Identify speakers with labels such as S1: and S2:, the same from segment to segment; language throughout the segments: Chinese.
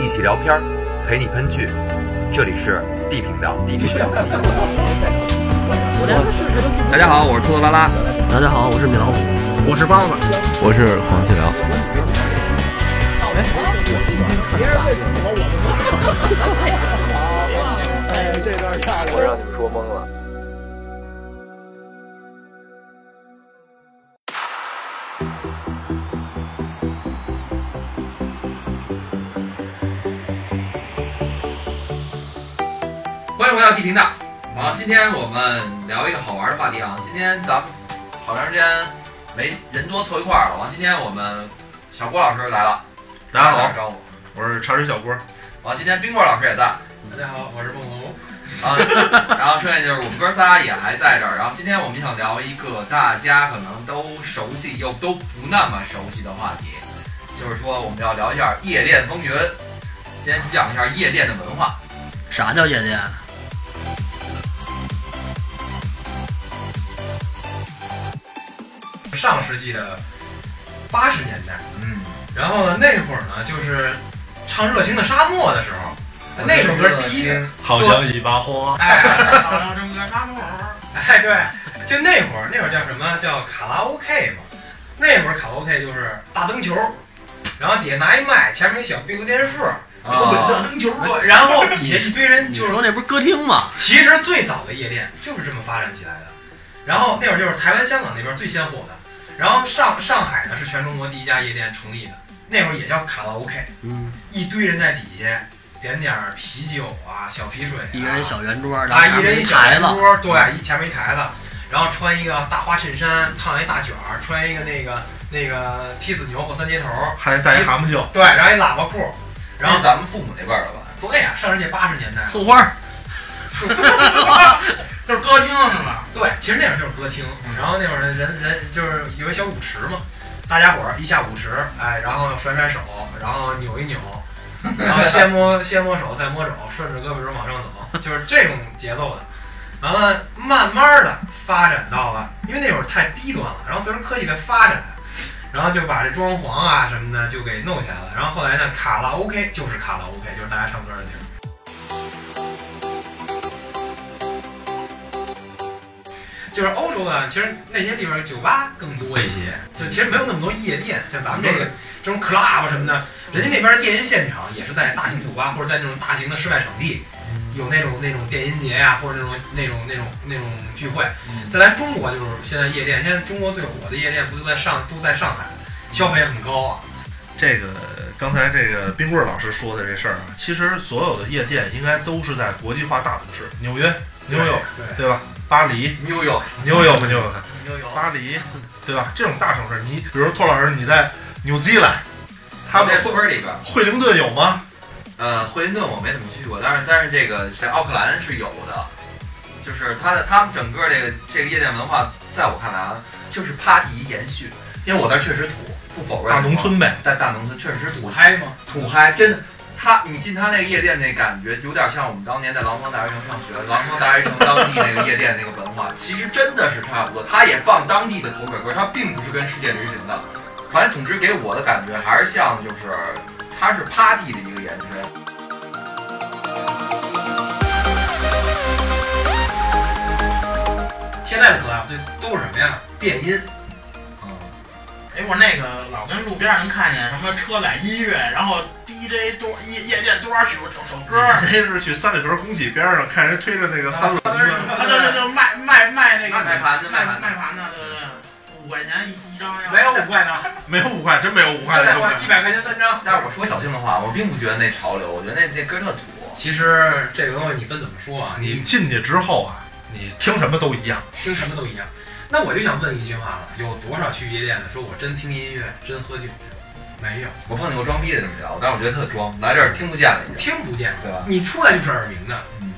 S1: 一起聊片儿，陪你喷剧，这里是 D 频道。D 频道。大家好，我是兔子拉拉。
S2: 大家好，我是米老虎。
S3: 我是包子，
S4: 我是黄继辽，
S3: 我让你们说懵了。
S1: 欢迎回到 D 频道。啊，今天我们聊一个好玩的话题啊。今天咱们好长时间没人多凑一块儿了。完，今天我们小郭老师来了，
S5: 大
S1: 打
S5: 家好
S1: 个，招呼。
S5: 我是茶水小郭。
S1: 完，今天冰棍老师也在。
S5: 大家好，我是梦龙。
S1: 啊，然后剩下就是我们哥仨也还在这儿。然后今天我们想聊一个大家可能都熟悉又都不那么熟悉的话题，就是说我们要聊一下夜店风云。今天主讲一下夜店的文化。
S2: 啥叫夜店？
S5: 上世纪的八十年代，
S1: 嗯，
S5: 然后呢，那会儿呢，就是唱热情的沙漠的时候，那首歌第一，
S4: 好像一把火。
S5: 哎，唱热情的沙漠， 哎，对，就那会儿，那会儿叫什么叫卡拉 OK 嘛？那会儿卡拉 OK 就是大灯球，然后底下拿一麦，前面一小壁炉电视，
S1: 啊，
S5: 灯球，对，然后底下一堆人
S2: 你
S5: 就是
S2: 说那不是歌厅吗？
S5: 其实最早的夜店就是这么发展起来的。然后那会儿就是台湾、香港那边最先火的，然后上上海呢是全中国第一家夜店成立的，那会儿也叫卡拉 OK，
S2: 嗯，
S5: 一堆人在底下点点儿啤酒啊、小啤水、啊，
S2: 一人一小圆桌，然
S5: 啊，
S2: 后
S5: 一人一小
S2: 台子，
S5: 桌，对，一前面一台子，然后穿一个大花衬衫，烫一大卷儿，穿一个那个那个踢死牛或三接头，
S4: 还带一蛤蟆镜，
S5: 对，然后一喇叭裤，
S1: 然
S5: 然
S1: 后
S5: 后
S1: 咱们父母那辈儿的吧。
S5: 对呀、上世纪八十年代嘛
S2: 送花儿，
S5: 就是歌厅是嗯吧？对，其实那会儿就是歌厅，然后那会儿人人就是有一小舞池嘛，大家伙儿一下舞池，哎，然后甩甩手，然后扭一扭，然 后先摸先摸手，再摸肘，顺着胳膊肘往上走，就是这种节奏的。完了，慢慢的发展到了，因为那会儿太低端了，然后随着科技的发展，然后就把这装潢啊什么的就给弄起来了。然后后来呢，卡拉 OK 就是卡拉 OK，就是大家唱歌的地儿。就是欧洲的，其实那些地方酒吧更多一些，就其实没有那么多夜店，像咱们这个这种 club 什么的，人家那边电音现场也是在大型酒吧或者在那种大型的室外场地，
S6: 嗯
S5: 有那种那种电音节呀、或者那种那种那种那种聚会。
S1: 嗯
S5: 再来中国就是现在夜店，现在中国最火的夜店不都在上都在上海，消费很高啊。
S6: 这个刚才这个冰棍儿老师说的这事儿啊，其实所有的夜店应该都是在国际化大都市，纽约、纽约，
S5: 对，
S6: 对吧？巴黎，
S1: New York，
S6: 纽约吗？纽约，
S1: New York，
S6: 巴黎，对吧？这种大城市，你比如托老师，你在纽西兰，他们
S1: 在村儿里边儿。
S6: 惠灵顿有吗？
S1: 呃，惠灵顿我没怎么去过，但是但是这个在奥克兰是有的，就是它的他们整个这个这个夜店文化，在我看来啊，就是 party 延续，因为我那儿确实土，不否认。
S6: 大农，村呗，
S1: 在大农村确实土
S5: 嗨吗？
S1: 土嗨，真的。他，你进他那个夜店那感觉，有点像我们当年在廊坊大学城上学，廊坊大学城当地那个夜店那个文化，其实真的是差不多。他也放当地的口水歌，他并不是跟世界流行的，反正总之给我的感觉还是像就是，它是 party 的一个延伸。
S5: 现在的 club 就都是什么呀？电音。
S7: 哎，我那个老跟路边儿能看见什么车载音乐，然后 DJ 多夜夜店多少首首 歌儿，
S6: 那是去三里屯工体边上看人推着那个三轮 车，
S7: 啊，对对对，卖卖卖那个
S1: 卖盘子卖
S7: 卖
S1: 盘子
S7: 卖盘子，对对对，五块钱一一张要，
S5: 没有五块呢，
S6: 没有五块，真没有五块的
S5: 再
S6: 东
S5: 花
S6: 西
S5: 一百块钱三张。
S1: 但是我说小静的话，我并不觉得那潮流，我觉得那那歌特土。
S5: 其实这个东西你分怎么说啊？
S6: 你进去之后啊，你听什么都一样。
S5: 听什么都一样。那我就想问一句话了：有多少去夜店的说我真听音乐，真喝酒去？没有，
S1: 我碰见过装逼的这么聊，但是我觉得特装，来这儿听不见了已经，
S5: 听不见。
S1: 对吧？
S5: 你出来就是耳鸣的，
S1: 嗯，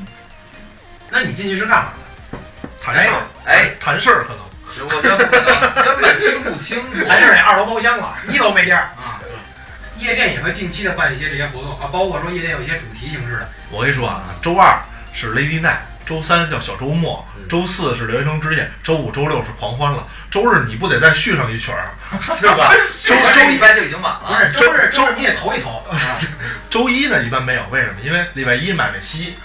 S5: 那你进去是干嘛的？
S6: 谈事儿，
S1: 哎，
S6: 谈事儿可能。
S1: 我觉得不可能，根本听不清楚。
S5: 还是得二楼包厢了，一楼没地儿。
S7: 啊，对
S5: 夜店也会定期的办一些这些活动啊，包括说夜店有一些主题形式的，
S6: 我跟你说啊，周二是 Lady Night，周三叫小周末，
S1: 嗯
S6: 周四是留学生之夜，周五、周六是狂欢了，周日你不得再续上一曲 儿？啊
S1: 是吧？
S6: 周周
S1: 这
S6: 一
S1: 礼拜就已经满
S5: 不
S1: 了，
S5: 是周啊日，周啊日你也投一投。
S6: 周一呢一般没有，为什么？因为礼拜一买美西，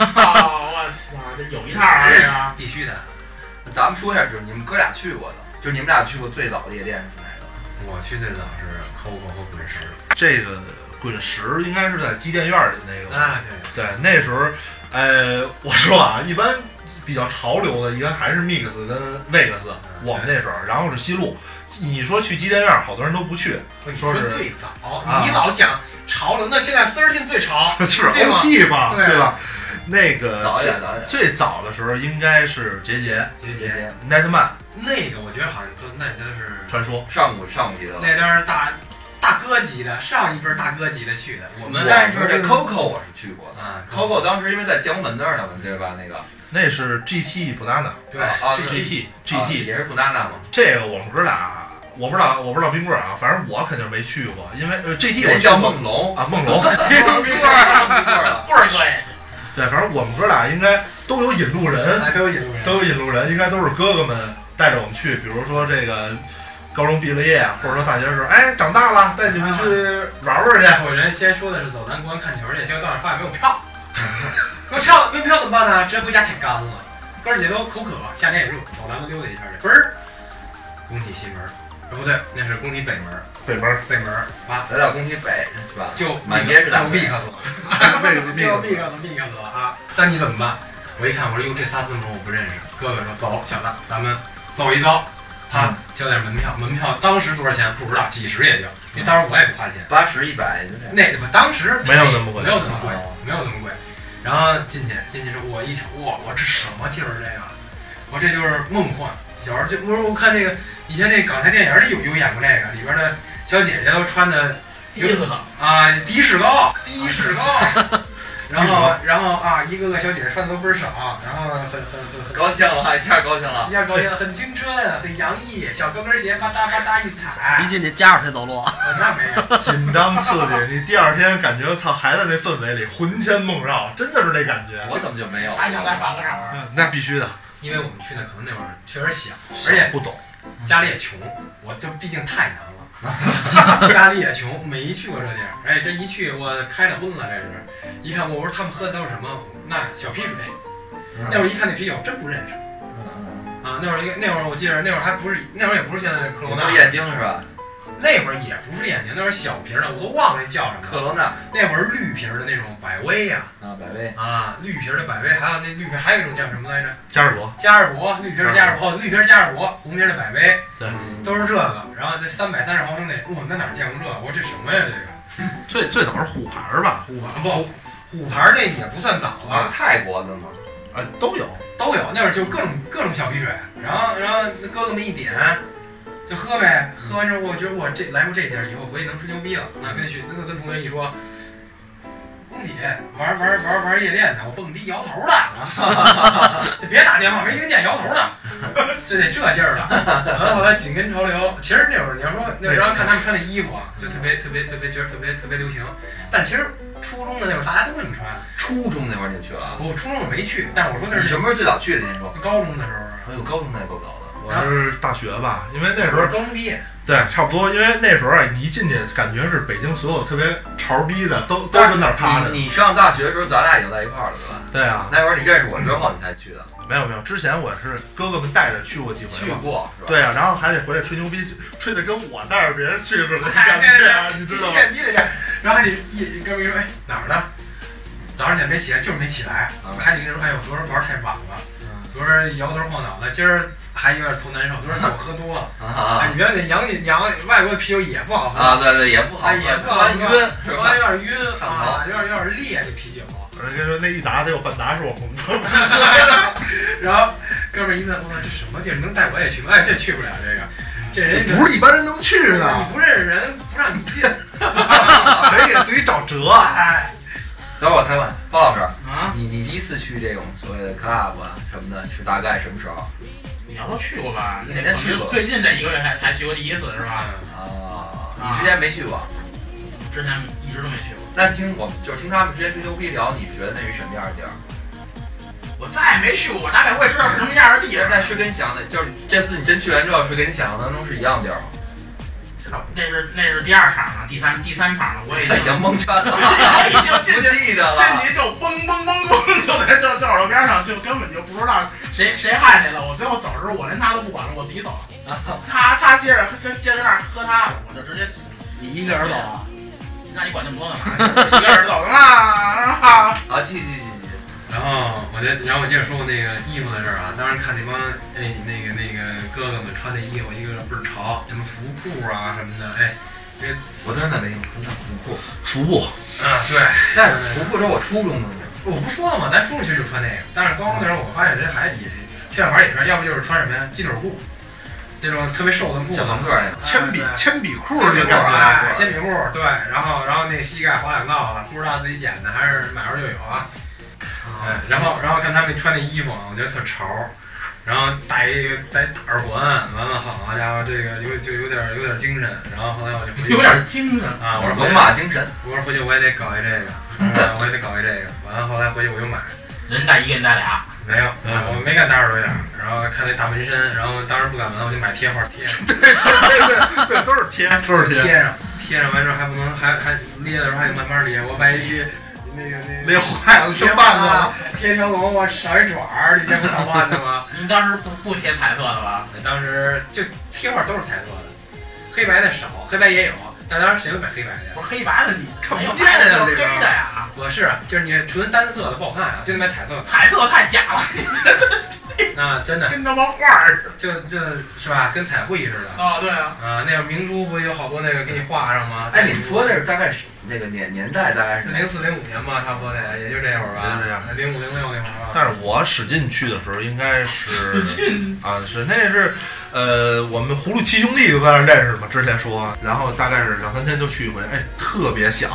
S7: 我操，这有一套啊！这个
S5: 必须的。
S1: 咱们说一下，就是你们哥俩去过的，就是你们俩去过最早的夜店是哪个？
S5: 我去最早是 COCO 和滚石。
S6: 这个滚石应该是在机电院儿里那个。
S5: 啊，对，
S6: 对，那时候，呃，我说啊， 一般比较潮流的，一般还是 Mix 跟 Vegas，我们那时候，然后是西路。你说去机电院儿，好多人都不去，
S5: 你
S6: 说
S5: 说
S6: 是
S5: 最早，
S6: 啊
S5: 你老讲潮流，那现在 Thirteen 最 潮。
S6: 就是
S5: 对吧
S6: OT 吧，
S5: 对啊
S6: 对吧？那个
S1: 早一
S6: 呃最
S1: 点，早一点。
S6: 最早的时候应该是杰杰、
S5: 姐
S1: 姐
S5: 姐，
S1: 姐，
S6: Nightman
S5: 那个我觉得好像都那都是
S6: 传说，
S1: 上古上古级的了。
S5: 那都是大大哥级的，上一辈儿大哥级的去的。我们
S1: 但是这 Coco 我是去过的
S5: 啊
S1: ，Coco 当时因为在江门那儿呢嘛，对吧？那个
S6: 那是 GT Banana
S5: 对
S1: 啊
S6: GT
S1: 啊
S6: GT
S1: 也是布娜娜嘛，
S6: 这个我们哥俩，我不知道我不知道冰棍儿啊，反正我肯定没去过，因为呃 GT 我
S1: 人
S6: 去
S1: 叫
S6: 过
S1: 梦 龙，
S6: 啊，梦龙。
S1: 对
S7: 棍儿哥也是，
S6: 对，反正我们哥俩应该都有引路人，
S5: 哎，都有印度人。
S6: 都有引路人，应该都是哥哥们带着我们去，比如说这个高中毕了业，或者说大学的时候，哎，长大了带你们去玩玩去。
S5: 有人先说的是走南关看球去，结果到那儿发现没有票，没有票没有票怎么办呢？直接回家太干了，哥儿姐都口渴，夏天也热，走南门溜达一圈去，嘣儿，工体西门儿，啊不对，那是工体北门儿，
S6: 北门
S5: 北门儿完
S1: 来到宫崎北是吧？
S5: 就
S1: 满街是
S5: 就
S1: 大腿
S5: mix 了，
S6: 贝斯
S5: 就 mix 了 mix 了啊！那你怎么办？我一看，我说哟，这仨字母我不认识。哥哥说走，小子，咱们走一遭。他
S1: 嗯
S5: 交点门票，门票当时多少钱不知道，几十也就，因为当时我也不花钱。
S1: 八十一百就这样。
S5: 那个当时
S6: 没有那么贵
S5: 没有那么贵
S1: 哦，
S5: 没有那么贵。然后进去，进去之后我一瞅，哇，我这什么地儿这个？我这就是梦幻。小时候就我说我看这个以前这港台电影里有有演过这个，里边的小姐姐都穿的
S7: 第一次呢，
S5: 啊的士高，的士高。然后，然后啊，一个个小姐姐穿的都倍儿少，然后很很很很
S1: 高兴了哈，一下高兴了。
S5: 一下高兴，很青春，很洋溢，小高跟鞋吧嗒吧嗒一踩
S2: 一，进去夹着腿走路，
S5: 啊那没有，
S6: 紧张刺激，你第二天感觉操还在那氛围里，魂牵梦绕，真的是那感觉。
S1: 我怎么就没有？
S7: 还想在房子上玩。
S6: 嗯那必须的，
S5: 因为我们去那可能那会儿确实小，而且
S6: 不懂，
S5: 家里也穷，我这毕竟太难了， 家里也穷，没去过这地儿。哎，这一去我开了荤了，这是。一看我说他们喝的都是什么？那小啤水。
S1: 嗯
S5: 那会儿一看那啤酒真不认识
S1: 嗯，
S5: 啊！那会儿一个那会儿我记得那会儿还不是那会儿也不是现在的
S1: 克
S5: 克罗
S1: 罗
S5: 纳
S1: 纳，眼睛是吧？
S5: 那会儿也不是眼睛，那会儿小瓶儿的，我都忘了那叫什么
S1: 克
S5: 了。
S1: 罗纳
S5: 那会儿绿瓶儿的那种百威呀、
S1: 啊，百威。
S5: 啊，绿瓶儿的百威，还有那绿瓶儿还有一种叫什么来着？
S6: 加士伯
S5: 嘉士伯，绿瓶儿嘉士伯，绿瓶儿嘉士伯，红瓶儿的百威，
S6: 对，
S5: 都是这个。然后这三百三十毫升那，我那哪见过这？我这什么呀？这
S6: 最最早是虎牌儿吧，
S5: 个虎牌不？虎牌那也不算早
S1: 好像
S5: 了，
S1: 是泰国的吗？
S6: 啊都有，
S5: 都有那会儿就各种各种小啤水，然后然后那哥哥们一点，就喝呗。喝完之后，我觉得我这来过这地儿以后，回去能吹牛逼了。那跟去那跟同学一说，工体玩玩玩玩夜店的，我蹦迪摇头的， 就别打电话，没听见摇头的， 就得这劲儿了。然后后来紧跟潮流，其实那会儿你要说那时候看他们穿的衣服啊，就特别特别特别觉得特别特别流行，但其实初中的那会儿大家都这么穿。
S1: 初中那会儿你去了啊？
S5: 我初中我没去，但是我说那
S1: 你
S5: 是
S1: 什么时候最早去的？那时候？
S5: 高中的时候啊。
S1: 哎呦，高中那也够早的。
S6: 我是大学吧，因为那时候
S5: 刚毕业，
S6: 对，差不多，因为那时候啊，你一进去，感觉是北京所有特别潮逼的都都跟那儿趴着。
S1: 你你上大学的时候，咱俩已经在一块儿了，对吧？
S6: 对啊，
S1: 那会儿你认识我之后，你才去的。
S6: 没有没有，之前我是哥哥们带着去过几回
S1: 去
S6: 嘛。
S1: 过是吧？
S6: 对啊，然后还得回来吹牛逼，吹的跟我带着别人去似 的，
S5: 哎
S6: 感觉啊，你知道吗？
S5: 必须得这样。然后你一哥们一说，哎，哪儿呢？早上起来没起来，就是没起来。
S1: 啊
S5: 还得跟人说，哎呦，昨儿玩太晚了
S1: 嗯，
S5: 昨儿摇头晃脑的，今儿还有点头难受，昨儿酒喝多了。
S1: 啊啊
S5: 哎，你别那洋洋外国的啤酒也不好喝，
S1: 啊！对对，也不好
S5: 哎
S1: 喝，
S5: 也不
S1: 喝
S5: 好喝
S1: 完晕是
S5: 喝
S1: 吧
S5: 完？有点晕
S1: 上头
S5: 啊，有点有点烈这啤酒。
S6: 我跟你说，那一打得有半打是我红的。
S5: 然后哥们儿一问，我说这什么地儿，你能带我也去吗？哎，这去不了这个，这人
S6: 不是一般人能去
S5: 你
S6: 的，
S5: 不认识人，不让你进。
S6: 没给自己找辙啊。
S5: 哎，
S1: 等会儿我采问包老师，
S7: 啊，
S1: 你你第一次去这种所谓的 club 啊什么的，是大概什么时候？
S7: 你要说去过吧？
S1: 你肯定去过
S7: 最近这一个月才才去过第一次是吧？
S1: 啊，你之前没去过？
S7: 之前一直都没去过。
S1: 那听我们就是听他们之前吹牛逼聊，你觉得那是什么样的地儿？
S7: 我再也没去过，大概我也知道是什么样的地方。
S1: 那是跟想的，就是这次你真去完之后，是跟你想象当中是一样的地儿吗？
S7: 知道那是那是第二场了，第三第三场了， 我已 经
S1: 已经蒙圈了，
S7: 我 已经
S1: 不
S7: 进去。
S1: 记得
S7: 进
S1: 了。
S7: 去就嘣嘣嘣嘣，就在就就楼边上，就根本就不知道谁谁害谁了。我最后走的时候，我连他都不管了，我自己走 了。他他接着他接着那儿喝他的，我就直接
S6: 你一个人走啊？
S7: 那你管那么多干 嘛？一个人走的嘛，是吧？
S1: 啊，记记记记，
S5: 然后我接，然后我接着说那个衣服的事儿啊。当时看那帮哎那个那个哥哥们穿的衣服，一个个倍儿潮，什么服裤啊什么的，哎，
S1: 我当时哪没用，我想服裤。
S6: 服部
S5: 啊对，
S1: 那服裤是我初中的时候，
S5: 我不说了吗？咱初中其实就穿那个，但是高中那时候我发现这还也现在玩也是，要不就是穿什么呀，鸡腿裤，那种特别瘦的裤子
S1: 小，朋克那个。
S6: 铅笔
S5: 哎对
S6: 铅笔裤儿那感觉，啊
S5: 哎，铅笔裤，对，然后然后那个膝盖划两道啊了，不知道自己捡的还是买着就有啊。哎，然后然后看他们穿那衣服，啊，我觉得特潮，然后戴一个戴大耳环，完了好家伙，这个有就有点有点精神，然后后来我就回去
S7: 有点精神。
S5: 啊，我
S1: 我是
S5: 说回
S1: 龙
S5: 去
S1: 马精神，
S5: 我说回去我也得搞一这个，嗯我也得搞一这个，完了后来回去我又买。
S7: 人带一个，人带俩，
S5: 没有，我没敢打耳朵眼儿，然后看那大纹身，然后当时不敢纹，我就买贴画贴哎
S6: 对对对，都是贴， 都是贴，
S5: 贴上，贴上完之后还不能还还捏的时候还得慢慢捏，我万一捏那个那
S6: 勒坏了，
S5: 贴啊
S6: 生半个了。，
S5: 贴条龙我少一爪儿，你这不捣乱的吗？
S7: 你们当时不不贴彩色的吧？
S5: 当时就贴画都是彩色的，黑白的少，黑白也有，但当时谁会买黑白的呀
S7: 不？啊是黑白的，你
S6: 看不
S7: 没有
S6: 见
S7: 白的
S6: 呀
S7: 就是
S6: 这个
S7: 黑的呀。
S5: 我是啊就是你纯单色的不好看啊，就得买彩色的。
S7: 彩色太假了，
S5: 那真的
S7: 跟他妈画儿似
S5: 就就是吧，跟彩绘似的
S7: 的。啊，对 啊。
S5: 啊。那会儿明珠不有好多那个给你画上吗？
S1: 哎，你们说这是大概是那个年年代大概是哪？
S5: 零四零五年吧，差不多得，也就这会儿吧，零五零六那会儿啊吧。
S6: 但是我使劲去的时候，应该是
S7: 进
S6: 啊，是那是，呃，我们葫芦七兄弟就在那儿认识嘛，之前说，然后大概是两三天就去一回，哎，特别想，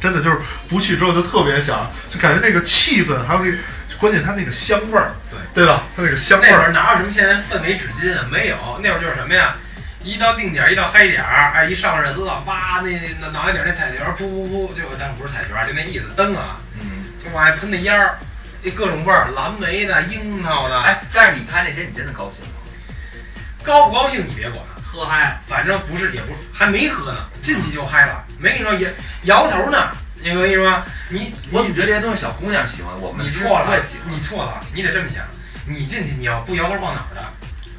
S6: 真的就是不去之后就特别想，就感觉那个气氛，还有那个，关键它那个香味儿，
S5: 对
S6: 对吧？它那个香味
S5: 那会
S6: 儿，
S5: 儿哪有什么现在氛围纸巾啊？没有，那会儿就是什么呀？一到定点，一到嗨点儿，哎，一上人了，哇，那那脑袋顶那彩球，噗噗噗，就但不是彩球啊，就那意思灯啊，
S1: 嗯，
S5: 就往外喷那烟儿，那各种味儿，蓝莓的、樱桃的，
S1: 哎，但是你看这些，你真的高兴吗？
S5: 高不高兴你别管，
S7: 喝嗨，
S5: 反正不是也不是，还没喝呢，进去就嗨了，没跟你说也摇头呢，我跟你说，你
S1: 我怎么觉得这些东西小姑娘喜欢，我们
S5: 你
S1: 其实
S5: 错了
S1: 不会喜，欢。
S5: 你错了，你得这么想，你进去你要不摇头晃脑的，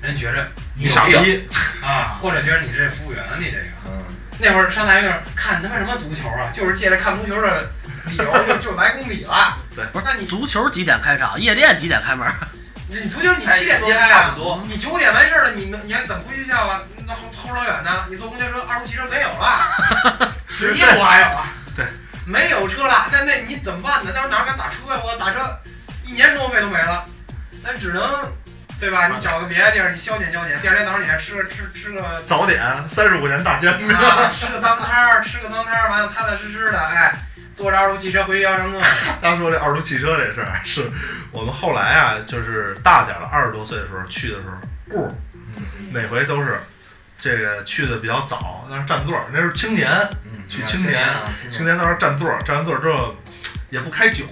S5: 人觉着
S6: 你傻逼，
S5: 啊，或者觉得你是服务员，你这个
S1: 嗯，
S5: 那会儿上大学那会儿看他妈什么足球啊，就是借着看足球的理由就就来公比了。
S6: 对
S5: 不是，那你
S2: 足球几点开场？夜店几点开门？
S5: 你足球你七点多
S1: 哎
S5: 开
S1: 差
S5: 啊
S1: 不，多。
S5: 你九点完事儿了，你能你还怎么回学校啊？那后后老远呢，你坐公交车二路汽车没有了，
S7: 十一我还有啊，
S5: 没有车了，那那你怎么办呢？那时候哪敢打车呀、我打车一年生活费都没了，那只能。对吧？你找个别的地儿，你消遣消遣。第二天早上起来吃个吃吃 个
S6: 早点三十五元大煎饼，
S5: 啊，吃个脏摊儿，吃个脏摊儿，完了踏踏实实的，哎，坐着二路汽车回学校上课。
S6: 他说这二路汽车这事儿，是我们后来啊，就是大点儿了，二十多岁的时候去的时候，故儿
S1: 嗯
S6: 哪回都是这个去的比较早，那是占座儿，那是青年，
S1: 嗯，
S6: 去
S1: 那
S6: 青年
S1: 啊，
S6: 青
S1: 青年，
S6: 年那时候占座儿，占完座儿之后也不开酒，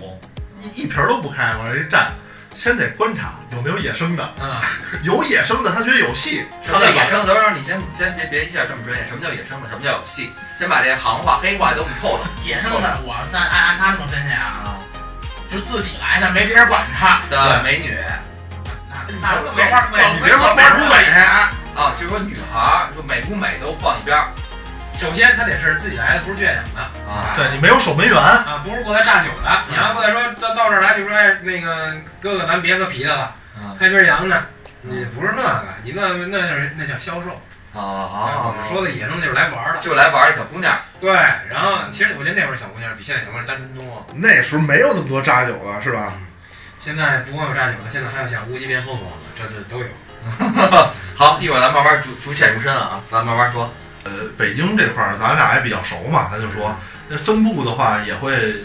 S6: 一一瓶儿都不开，往这一站，先得观察有没有野生的，
S5: 嗯，
S6: 有野生的他觉得有戏，
S1: 什
S6: 他
S1: 么叫
S6: 再
S1: 野
S6: 把
S1: 生？等会儿你先先别别一下这么专业，什么叫野生的？什么叫有戏？先把这行话黑话都给透透
S7: 野生的我咱按按他这么分析啊，
S1: 啊。
S7: 就自己来的，没别人管他。
S1: 的美女
S7: 那
S5: 你
S7: 那
S5: 说
S7: 我
S5: 没人管
S6: 你别说
S7: 美
S6: 美
S7: 不
S6: 不
S7: 美，
S1: 啊，就是说女孩儿说美不美都放一边儿
S5: 首先他得是自己来的，不是圈养的
S1: 啊。
S6: 对你没有守门员，
S5: 啊，不是过来榨酒的。你要过来说到到这儿来就说，哎，那个哥哥，咱别喝啤的了，
S1: 嗯
S5: 开瓶洋的。你不是那个，你那那那那叫销售。
S1: 啊
S5: 啊，
S1: 啊
S5: 我们
S1: 啊！
S5: 说的野生就是来玩儿的。
S1: 就来玩儿的小姑娘，
S5: 对，然后其实我觉得那会儿小姑娘比现在小姑娘单纯多。
S6: 那时候没有那么多扎酒了，是吧？
S5: 现在不光有榨酒的，现在还有像乌鸡面后头的，这这都有。
S1: 好，一会儿咱慢慢逐逐浅入深啊，咱慢慢说。
S6: 呃，北京这块儿咱俩也比较熟嘛，咱就说那分布的话也会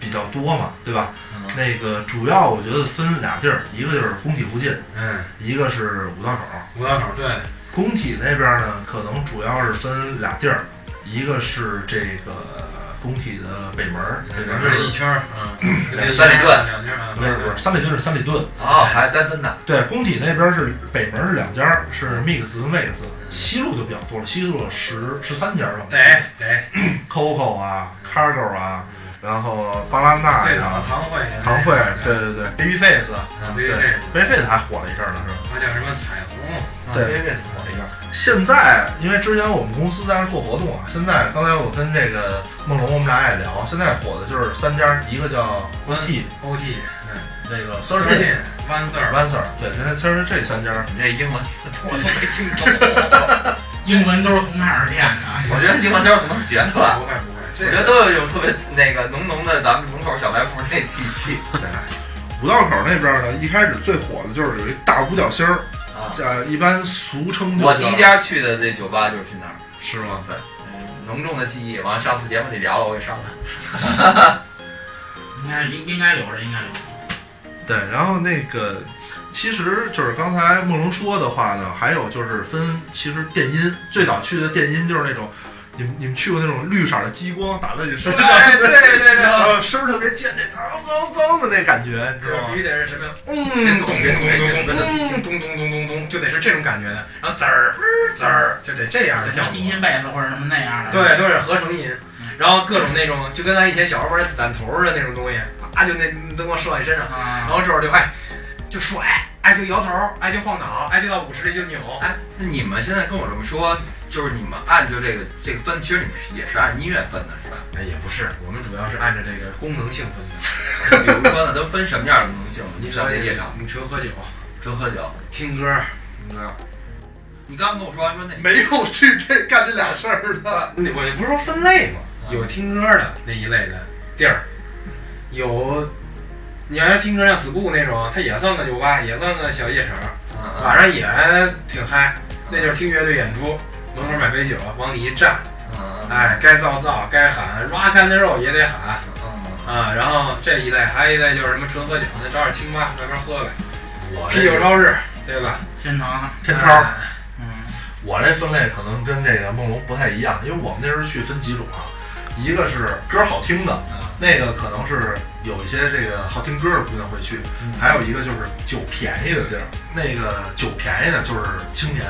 S6: 比较多嘛，对吧？
S1: 嗯
S6: 那个主要我觉得分俩地儿，一个就是工体附近，
S5: 嗯，
S6: 一个是五道口。
S5: 五道口对，
S6: 工体那边呢，可能主要是分俩地儿，一个是这个工体的北门儿，
S5: 北
S6: 边儿
S5: 门这一圈儿，嗯，
S1: 那个三里屯
S5: 两圈儿啊，
S6: 不是不是三里屯是三里屯，
S1: 哦，还单分的，
S6: 对，工体那边是北门是两家，是 Mix 跟 Mix，西路就比较多了，西路有十十三家吧，
S5: 得得，
S6: ，Coco 啊，Cargo 啊，然后巴拉那
S5: 最早的
S6: 呀，
S5: 堂会，
S6: 唐会，对，对对，Babyface，
S5: 嗯，对
S6: 对
S5: 对，
S6: ，Babyface 还火了一阵儿呢，是吧？
S5: 还叫什么彩虹，
S6: 对
S1: 这这啊我这边
S6: 现在，因为之前我们公司在那儿做活动啊，现在刚才我跟这个梦龙我们俩也聊，现在火的就是三家，一个叫 OT，
S5: OT，嗯
S6: 那个 t h i r t e
S5: ，Thirteen One Third，
S6: a n s e r 对，现在其实这三家，
S1: 你这英文我都没听懂，
S7: 英文都是从哪儿练的？
S1: 我觉得英文都是从哪儿学的吧？
S5: 不会不会，
S1: 我
S5: 这
S1: 觉得
S5: 个
S1: 都有一种特别那个浓浓的咱们门口小卖部那气息
S6: 五道口那边呢，一开始最火的就是有一大五角星儿，
S1: 啊。
S6: 呃，一般俗称就
S1: 我
S6: 叫
S1: 第一家去的那酒吧就是去那儿，
S6: 是吗？
S1: 对，嗯浓重的记忆。完了上次节目里聊了，我给上了。
S7: 应该应应该留着，应该留着。
S6: 对，然后那个其实就是刚才梦龙说的话呢，还有就是分，其实电音最早去的电音就是那种。你们你们去过那种绿色的激光打在你身上，
S5: 哎对 对对对
S6: 然后声儿特别尖，那脏脏脏的那感觉，你
S5: 就
S6: 知
S5: 是
S6: 道
S5: 必
S6: 吗？
S5: 须得是什么，嗯，咚咚咚咚咚咚咚咚咚咚，就得是这种感觉的，然后滋儿滋儿，就得这样的效
S7: 像
S5: 果
S7: 低。音贝斯或者什么那样的。
S5: 对，都是合成音，然后各种那种，就跟咱以前小时候玩子弹头似的那种东西，啊，就那都给我射到你身上，然
S7: 啊，
S5: 后之后就哎，就甩，哎就摇头，哎就晃脑，哎就到舞池里就扭，
S1: 哎，那你们现在跟我这么说，就是你们按照这个这个分，其实你们是也是按音乐分的是吧？
S5: 哎也不是，我们主要是按照这个功能性分的，
S1: 比如说呢，都分什么样的功能性？你
S5: 你
S1: 上
S5: 说
S1: 这夜场，
S5: 你纯喝酒、
S1: 纯喝酒，
S5: 听歌，
S1: 听歌。你刚跟我说完说那
S6: 没有去这干这俩事儿的，
S5: 啊，那我不是说分类吗？有听歌的那一类的地儿，有你要是听歌像 school 那种，它也算个酒吧，也算个小夜场，
S1: 嗯
S5: 晚上也挺嗨，那就是听乐队演出，门口买杯酒，往里一站，
S1: 嗯嗯嗯
S5: 哎，该造造，该喊 rock and roll 也得喊
S1: 嗯，
S5: 啊。然后这一类，还有一类就是什么纯喝酒，那找点清吧慢慢喝呗，
S6: 我
S5: 啤酒
S6: 这
S5: 超市，对吧？
S7: 天 堂。
S6: 天超，
S5: 哎
S7: 嗯，
S6: 我这分类可能跟这个梦龙不太一样，因为我们那时候去分几种啊，一个是歌好听的，那个可能是有一些这个好听歌的姑娘会去，还有一个就是酒便宜的地儿，那个酒便宜的就是青年，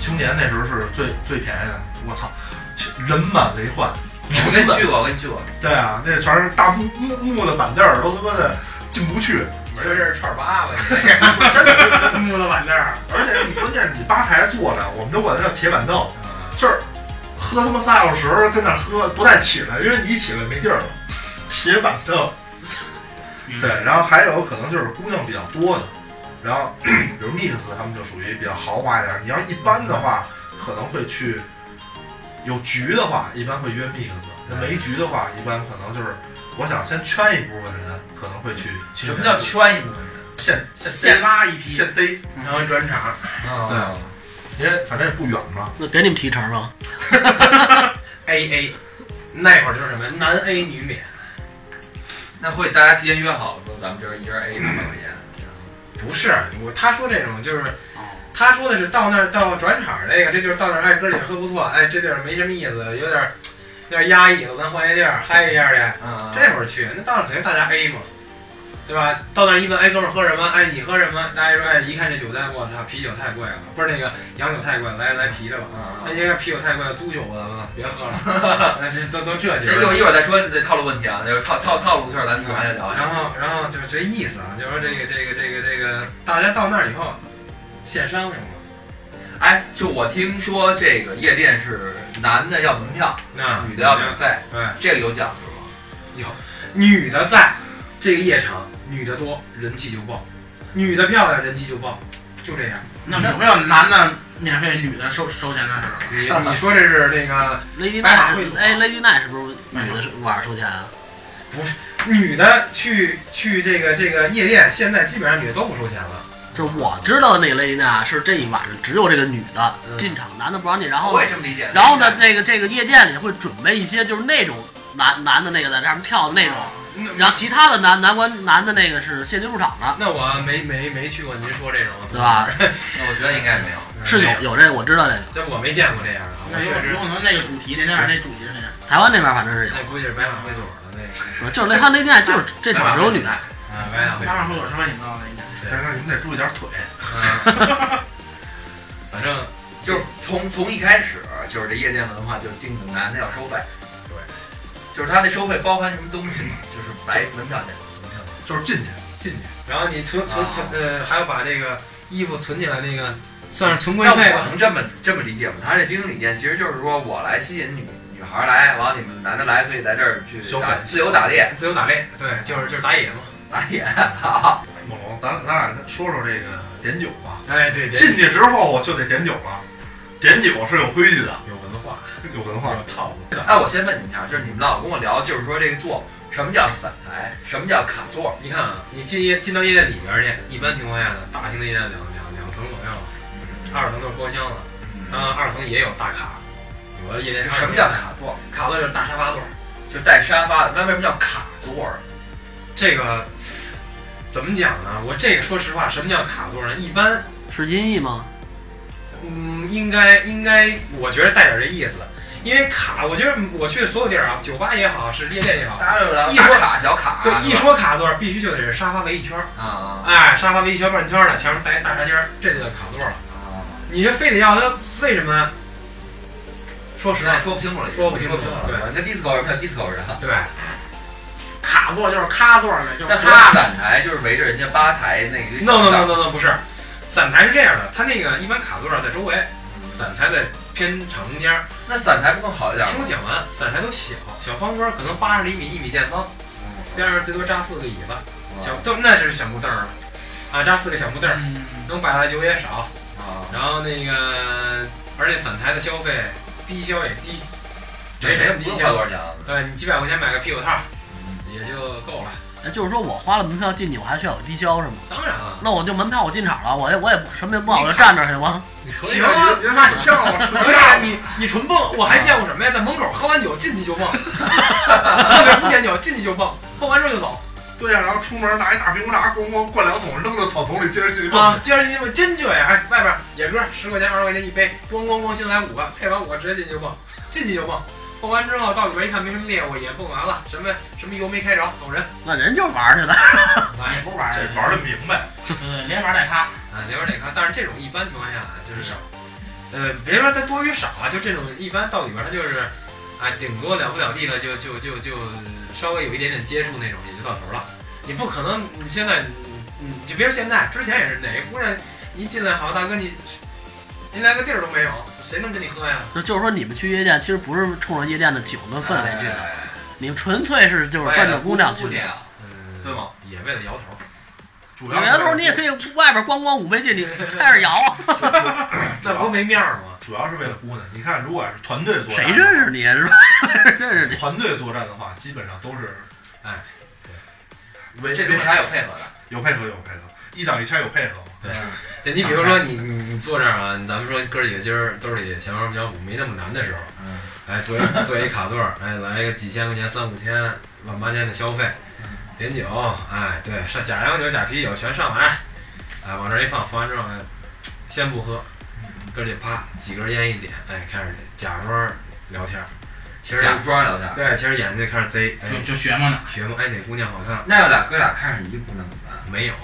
S6: 青年那时候是最最便宜的，我操，人满为患，
S1: 我跟你去过，我跟你去过，
S6: 对啊，那全是大木木木的板凳儿，都他妈的进不去，
S1: 你说这是串儿吧吧？你
S6: 真的
S5: 木头板凳儿，
S6: 而且你关键是你吧台坐着，我们都管它叫铁板凳，就是喝他妈仨小时跟那喝不带起来，因为你一起来没地儿了。铁板凳，
S7: 嗯
S6: 对，，然后还有可能就是姑娘比较多的，然后 比如 mix 他们就属于比较豪华一点。你要一般的话，可能会去有局的话，一般会约 mix；那没局的话，一般可能就是我想先圈一部分人，可能会去。
S1: 什么叫圈一部分人？
S6: 现现
S7: 现拉一批，
S6: 现逮？
S5: 然后转场，
S1: 啊，
S6: 因为反正也不远嘛。
S2: 那给你们提成吗？
S5: A A，那会儿就是什么男 A 女免，
S1: 那会大家提前约好说咱们这儿一人 A 一人两个烟，
S5: 不是我他说这种就是，他说的是到那儿到转场这个，这就是到那儿哎哥几个喝不错，哎这地儿没什么意思，有点儿有点儿压抑了，咱换一地儿嗨一下去。
S1: 嗯，
S5: 这会儿去那当然肯定大家 A 嘛，对吧？到那儿一问，哎哥们儿喝什么？哎你喝什么？大家说哎一看这酒单，我操啤酒太贵了，不是那个洋酒太贵了，来来啤的吧。那
S1: 嗯，
S5: 应该啤酒太贵了，租酒吧咱们别喝了， 那这都都 这劲
S1: 一会
S5: 儿
S1: 儿。一会儿再说这套路问题啊，就是套套套路的事儿，咱一会儿还得聊一
S2: 嗯
S5: 然
S1: 下。
S5: 后，然后就这意思啊，就说这个、这个、这个、这个，大家到那儿以后，线商什么的，
S1: 哎，就我听说这个夜店是男的要门票，
S5: 那
S1: 女的要免费，
S5: 对，
S1: 这个有讲究吗？
S5: 女的在这个夜场，女的多，人气就爆；女的漂亮，人气就爆，就这 样。
S7: 那有没有男的免费，女的收收钱的事儿？
S5: 你你说这是那个
S2: Lady
S5: 白马会
S2: Night，
S5: 所
S2: 哎，Lady Night 是不是
S7: 没有
S2: 女的是晚上收钱啊？
S5: 女的去去这个这个夜店，现在基本上女的都不收钱了。
S2: 就是我知道的那个 Lady Night 啊是这一晚上只有这个女的
S5: 嗯
S2: 进场，男的不让进。然后
S1: 我也这么理解。
S2: 然后呢，？这个这个夜店里会准备一些就是那种男男的那个在上面跳的那种，然后其他的男男观男的那个是限定入场的，
S5: 那我没没没去过您说这种，
S2: 对吧？
S1: 那我觉得应该没有。
S2: 是有有这个我知道这个。
S5: 但我没见过这样的啊，我
S7: 那有
S5: 确实
S7: 有可能那个主题那那那主题是那样，
S2: 台湾那边反正是有
S5: 那估计是白马会所的那个，，
S2: 不是就是那他那店就是这场只有女的，
S5: 啊，白马会
S7: 当
S5: 所。
S7: 然会有什么你知道的，应该
S5: 对
S6: 但是你们得注意点腿。
S5: 嗯 反正
S1: 就是从从一开始，就是这夜店文化就定的男的要收费，
S5: 对，
S1: 就是他那收费包含什么东西呢？就是白门票钱，
S6: 就是进去，进去。
S5: 然后你存存存
S1: 啊
S5: 呃，还要把这个衣服存起来，那个算是存规
S1: 那
S5: 费
S1: 我
S5: 吧。
S1: 能这么这么理解吗？他这经理店其实就是说我来吸引女女孩来，完了你们男的来可以在这儿去
S6: 消费
S1: 打自由打猎
S5: 自由打猎，对，就是就是打野嘛。
S1: 打野，好，
S6: 猛龙，咱咱俩说说这个点酒吧。
S5: 哎，对，
S6: 进去之后我就得点酒了，点酒是有规矩的，
S5: 有文化，
S6: 有文化，有套路。
S1: 那我先问你们一下，就是你们老跟我聊，就是说这个座什么叫散台，什么叫卡座，
S5: 你看啊，你进夜进到夜店里边儿去，一般情况下呢，大型的夜店两两两层左右，
S1: 嗯
S5: 二层都是包厢了，当然二层也有大卡，有的夜店
S1: 嗯就
S5: 二
S1: 什
S5: 层
S1: 么
S5: 也
S1: 叫
S5: 有
S1: 卡座，
S5: 卡座就是大沙发座，
S1: 就带沙发的，那为什么叫卡座？
S5: 这个怎么讲呢？我这个说实话，什么叫卡座呢？一般，
S2: 是音译吗？
S5: 嗯，应该应该，我觉得带点这意思，因为卡，我觉得我去的所有地儿啊，酒吧也好，是夜店也好，
S1: 大家就聊
S5: 啊一
S1: 大
S5: 说
S1: 卡小卡，
S5: 对，一
S1: 是吧
S5: 说卡座，必须就得是沙发围一圈儿，
S1: 啊
S5: 哎，沙发围一圈半圈儿的，前面带一大沙尖儿，这就叫卡座了。
S1: 啊，
S5: 你这非得要它，为什么呢？说
S1: 实
S5: 实
S1: 在
S5: 话，
S1: 说不清楚了，
S5: 说不清楚了对
S1: 人家 disco 人家 disco 人，
S5: 对，
S7: 卡座就是卡座的，就
S1: 那
S7: 是
S1: 所谓
S5: 啊
S7: 卡
S1: 散台就是围着人家吧台那个
S5: no no no no no 不是，散台是这样的，它那个一般卡座在周围，散台在偏场中间儿。
S1: 那散台不更好一点
S5: 听我
S1: 吗？
S5: 讲完，散台都小，小方桌可能八十厘米一米见方，边上最多扎四个椅子，小都那就是小木凳儿了，啊，扎四个小木凳儿，
S7: 嗯，
S5: 能摆的酒也少，
S1: 啊，
S5: 然后那个而且散台的消费低消也低，
S1: 对，人家不
S5: 低
S1: 用花
S5: 消
S1: 多少钱啊。
S5: 对你几百块钱买个啤酒套，也就够了。
S2: 哎，就是说我花了门票进去，我还需要有低消是吗？
S5: 当然啊了，
S2: 那我就门票我进场了，我也我也不什么也不好，我就站那儿行吗？
S7: 行啊，别看你跳 舞，纯
S5: 不
S2: 啊
S5: 是啊
S7: 跳舞，
S5: 你你纯蹦，我还见过什么呀？在门口喝完酒进去就蹦，喝点不点酒进去就蹦，蹦完之后就走
S6: 对呀、然后出门拿一大冰茶，咣咣灌两桶，扔到草丛里，接着进去蹦。
S5: 啊！接着进去蹦，真这样，哎，外边野哥十块钱二十块钱一杯，咣咣咣先来五个，菜完五个直接进去就蹦，进去就蹦，蹦完之后到里边一看没什么猎物，也蹦完了，什么什么油没开着，走人。
S2: 那人就是玩 儿去的。
S5: 哎
S7: 也，不玩儿，
S6: 这哎玩的明白，
S7: 嗯，连玩带卡，
S5: 啊，聊边得看，但是这种一般情况下啊就是少，呃，别说它多与少啊，就这种一般到里边儿它就是，啊，顶多了不了地的就就就就稍微有一点点接触那种也就到头了。你不可能，你现在，你你就别说现在，之前也是哪个姑娘一进来，好大哥你，您连个地儿都没有，谁能跟你喝呀？
S2: 就就是说你们去夜店其实不是冲着夜店的酒的氛围去的，
S1: 哎
S2: 你们纯粹是就是奔着姑娘去
S1: 姑
S2: 的。
S1: 娘，
S5: 嗯，
S1: 对吗？
S5: 也为了摇头儿，
S6: 主要
S2: 有的时候你也可以外边咣咣五杯进， 你开始摇啊，
S5: 那不是没面儿吗？
S6: 主要是为了姑娘。你看，如果要是团队作战，
S2: 谁认识你啊是吧？ 认识你。
S6: 团队作战的话，基本上都是，
S5: 哎，
S6: 对
S1: 这东西还有配合的。
S6: 有配合有配合，一挡一拆有配合嘛。
S5: 对你比如说你你你坐这儿啊，咱们说哥几个今儿兜里钱包比较没那么难的时候，
S1: 嗯
S5: 哎，作为作为一卡座儿，哎，来个几千块钱、三五千、万八千的消费，点酒，哎，对，上假洋酒、假啤酒全上来，哎，往这儿一放，放完之后，哎先不喝，哥几啪几根烟一点，哎，开始假装聊天儿，其实
S1: 假装聊天。
S5: 对，其实眼睛就开始贼，哎，
S7: 就就学嘛呢，
S5: 学嘛，哎，哪姑娘好看？
S1: 那要俩哥俩看上一姑娘怎么办？
S5: 没有，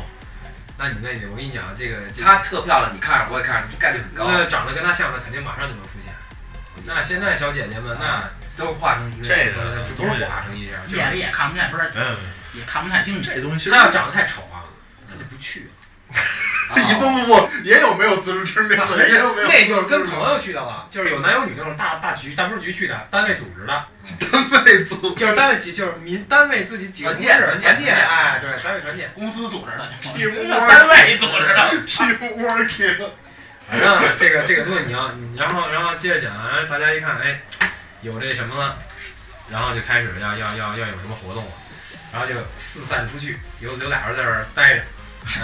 S5: 那你那你，我跟你讲，这个这个
S1: 她特漂亮，你看上我也看上，这概率很高。
S5: 那长得跟她像的，肯定马上就能出现。那现在小姐姐们，那
S1: 都是化成一个
S6: 这
S5: 呃
S6: 个
S5: 就不
S6: 东西
S5: 是，化成一样，就是
S7: 夜里也看不见，不是
S6: 没有没有，
S7: 也看不太清楚。
S6: 这东西其实
S5: 她要长得太丑啊，她就不去。
S1: 啊
S6: 不不不，也有没有自知之明
S5: 那很少哎那就是跟
S6: 友
S5: 朋友去的了，就是有男有女那种大大局、大部局去的，单位组织的，
S6: 被组
S5: 就是单位几就是民单位自己几个
S1: 团
S5: 同
S1: 建
S5: 事
S1: 团建
S5: 团建，哎，对，单位团建。
S7: 公司组织的，
S6: Team
S7: 单位组织的，
S6: team working，
S5: 反正这个这个东西你要，你然后然后接着讲，哎大家一看，哎，有这什么了，然后就开始要要要要有什么活动了，然后就四散出去，有有俩人在这儿待着。哎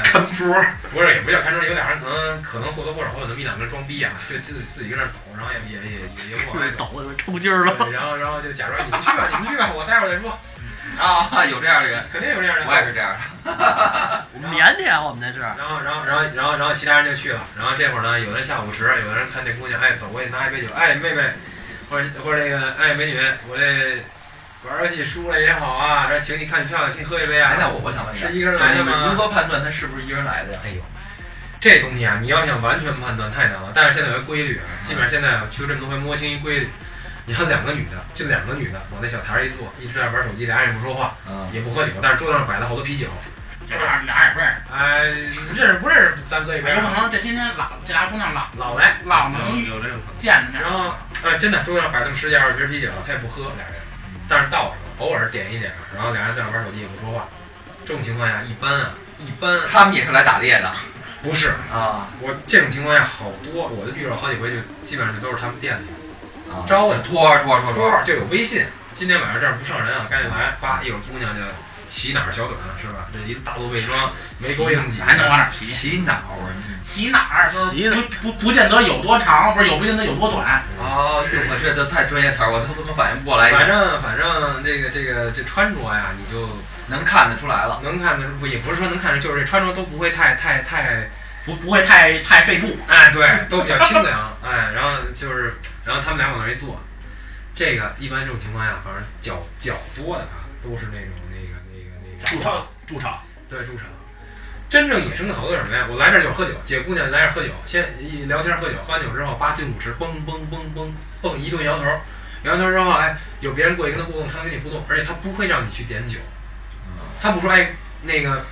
S6: 看桌儿，
S5: 不是，也不叫看中，有俩人可能可能或多或少会有那么一两个人装逼啊，就自己自己跟那儿抖，然后也也也也也不往外走，
S2: 抖，我抽筋儿了。
S5: 对然后然后就假装你们去吧，你们去吧，我待会儿再说，
S1: 啊，有这样的人，
S5: 肯定有这样的。
S1: 我也是这样的。
S2: 腼腆，啊我们这是。
S5: 然后，然后，然后，然后，然后，其他人就去了。然后这会儿呢，有人下午池，有的人看这姑娘，哎，走过去拿一杯酒，哎，妹妹，或者或者这个哎美女， 我这玩游戏输了也好啊，这请你看你票，请你喝一杯啊
S1: 哎，，那我我想问一下，
S5: 是一个人来的吗
S1: 就是你们如何判断他是不是一个人来的呀？
S5: 哎呦，这东西啊，你要想完全判断太难了。但是现在有个规律啊，基本上现在啊去过这么多回摸清一规律。你看两个女的，就两个女的往那小台儿一坐，一直在玩手机，俩人也不说话，
S1: 嗯，
S5: 也不喝酒，但是桌子上摆了好多啤酒。
S7: 这俩俩也不认识，
S5: 哎，认识不认识，咱哥一杯
S7: 有可
S5: 啊。
S7: 能这天天老这俩姑娘老
S5: 老来，
S7: 老能遇
S6: 有这种可能。
S7: 见着面
S5: 然。后哎，真的桌子上摆这么十几二十瓶啤酒，他也不喝，俩人，但是倒上偶尔点一点，然后俩人在那玩手机也不说话。这种情况下，一般啊，一般
S1: 他们也是来打 猎的
S5: 不是
S1: 啊
S5: 我这种情况下好多，我就遇到好几回，就基本上就都是他们店里。
S1: 啊，
S5: 招
S1: 就托儿托儿托儿托
S5: 说
S1: 儿，
S5: 话就有微信，今天晚上这儿不上人啊，赶紧来，叭，一会儿姑娘就骑哪儿小短是吧？这一大路未装，没勾应几，
S7: 还能往哪儿骑？
S1: 骑脑啊你
S7: 骑哪儿？就是
S2: 骑哪儿
S7: 不不不见得有多长，不是有不见得有多短。
S1: 哦，哎呦我这都太专业词儿，我都他妈反应不过来，
S5: 反正反正这个这个这穿着呀，你就
S1: 能看得出来了。
S5: 能看得出，也不是说能看出，就是这穿着都不会太太太，
S7: 不不会太太费布。
S5: 哎，对，都比较清凉，哎，然后就是，然后他们俩往那儿一坐，这个一般这种情况下，反正较较多的啊，都是那种那个那个那个
S6: 驻场，
S5: 对，驻场。真正野生的好多是什么呀？我来这儿就喝酒，姐姑娘来这儿喝酒，先一聊天喝酒，喝完酒之后，叭进舞池，蹦蹦蹦蹦蹦一顿摇头，摇完头之后，哎，有别人过去跟他互动，他跟你互动，而且他不会让你去点酒，
S1: 嗯
S5: 他不说哎那个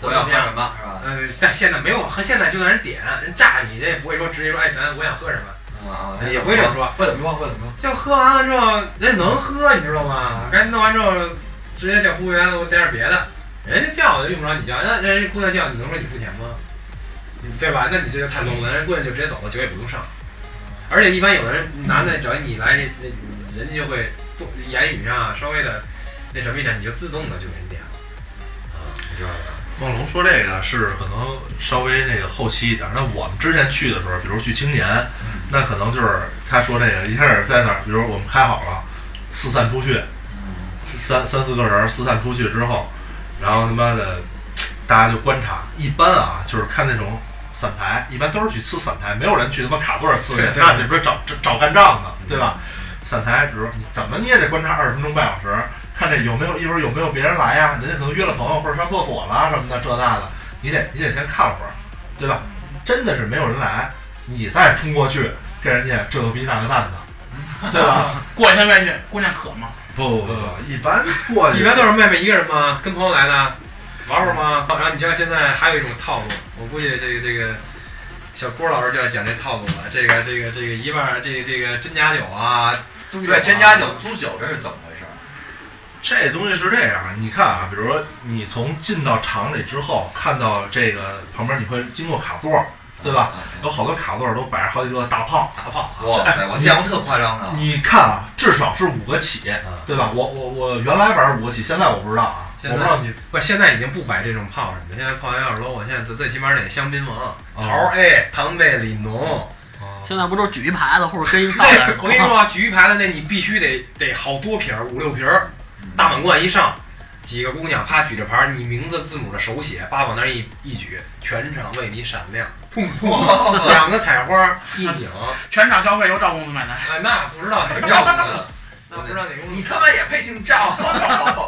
S1: 我要喝什么是吧？
S5: 呃，现现在没有和现在就让人点，人炸你，人也不会说直接说哎咱我想喝什么，
S1: 啊
S5: 也不会这么说
S1: 会怎么说？会怎么说？
S5: 就喝完了之后，人家能喝，你知道吗？赶紧弄完之后，直接叫服务员，我点点别的。人家叫我就用不着你叫，那人家姑娘叫你能说你付钱吗？嗯对吧？那你这就太 low 了，人家姑娘就直接走了，酒也不用上。而且一般有的人男的，只要你来，人人家就会多言语上啊稍微的那什么一点，你就自动的就给人点了，啊，你知道吧？
S6: 梦龙说这个是可能稍微那个后期一点。那我们之前去的时候，比如去青年，那可能就是他说这个一开始在那儿，比如我们开好了，四散出去，三三四个人四散出去之后，然后他妈的大家就观察，一般啊就是看那种散台，一般都是去吃散台，没有人去他妈卡座儿吃
S5: 对
S6: 去，
S5: 对嗯
S6: 那你不是找找找干仗呢，对吧？散台，比如你怎么你也得观察二十分钟半小时，看这有没有一会儿有没有别人来啊呀、人家可能约了朋友或者上厕所啦什么的这那的，你得你得先看会儿，对吧？真的是没有人来，你再冲过去跟人家这个逼那个蛋的，对吧？
S7: 过一天问一句，姑娘渴吗？
S6: 不不不，一般过去
S5: 一般都是妹妹一个人吗？跟朋友来的，玩会儿吗？然后你知道现在还有一种套路，我估计这个这个小郭老师就要讲这套路了。这个这个这个一半儿这个这个真假酒啊，租酒啊
S1: 对，真假酒、租酒这是怎么回事？
S6: 这东西是这样，你看啊，比如说你从进到厂里之后，看到这个旁边你会经过卡座，对吧？有好多卡座都摆着好几个大炮，
S5: 大炮啊，
S1: 嗯哇塞，我见过特夸张的，
S6: 你看啊，至少是五个起，
S5: 啊
S6: 对吧？我我我原来玩五个起，现在我不知道啊，我
S5: 现在
S6: 不知道你
S5: 不，现在已经不摆这种炮了。你现在炮有点 low，我现在啊最最起码得香槟王、
S6: 哦
S5: 桃哎 A、唐贝、里农。
S6: 啊
S2: 现在不都举一牌子或者跟一票在那
S5: 那
S2: 儿
S5: 我跟你说
S2: 走？
S5: 啊，举一牌的那你必须得得好多瓶儿，五六瓶儿，
S1: 嗯
S5: 大满贯一上，几个姑娘啪举着牌儿，你名字字母的手写，叭往那儿一一举，全场为你闪亮，
S7: 砰砰！
S1: 哇
S5: 两个彩花一拧，
S7: 全场消费由赵公子买单。
S5: 哎，那不知道哪个照顾的，那不知道哪 公
S1: 你
S5: 子，
S1: 他妈也配姓赵啊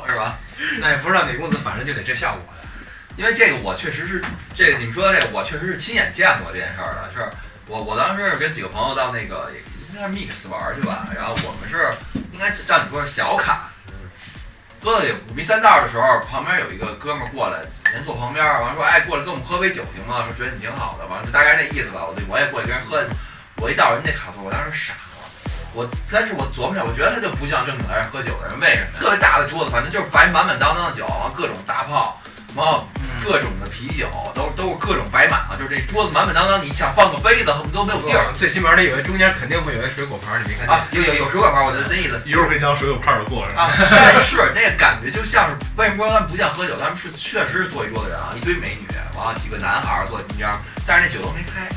S1: 是吧？
S5: 那也不知道哪公子，反正就得这效果的。
S1: 因为这个我确实是这个你们说的这个，我确实是亲眼见过这件事儿的。是我我当时是跟几个朋友到那个应该是 Mix 玩儿去吧，然后我们是应该照你说是小卡，搁到五迷三道的时候，旁边有一个哥们儿过来，人坐旁边儿，完说哎过来跟我们喝杯酒行吗？说觉得你挺好的，完就大概那意思吧。我就我也过去跟人喝，我一到人那卡座，我当时傻了。我，但是我琢磨着，我觉得他就不像正经来这喝酒的人，为什么呀？特别大的桌子，反正就是摆满满当当的酒，完各种大炮，然后各种的啤酒，都都是各种摆满了，就是这桌子满满当当，你想放个杯子，恨不得都没有地儿
S5: 最起码得有一中间肯定会有一水果盘儿，你没看见？
S1: 啊。有有有水果盘，我就那意思
S6: 一会儿给你当水果泡的过上。
S1: 啊。但是那个感觉就像是，为什么说他们不像喝酒？他们是确实是坐一桌子人啊，一堆美女，完了几个男孩儿坐中间，但是那酒都没开。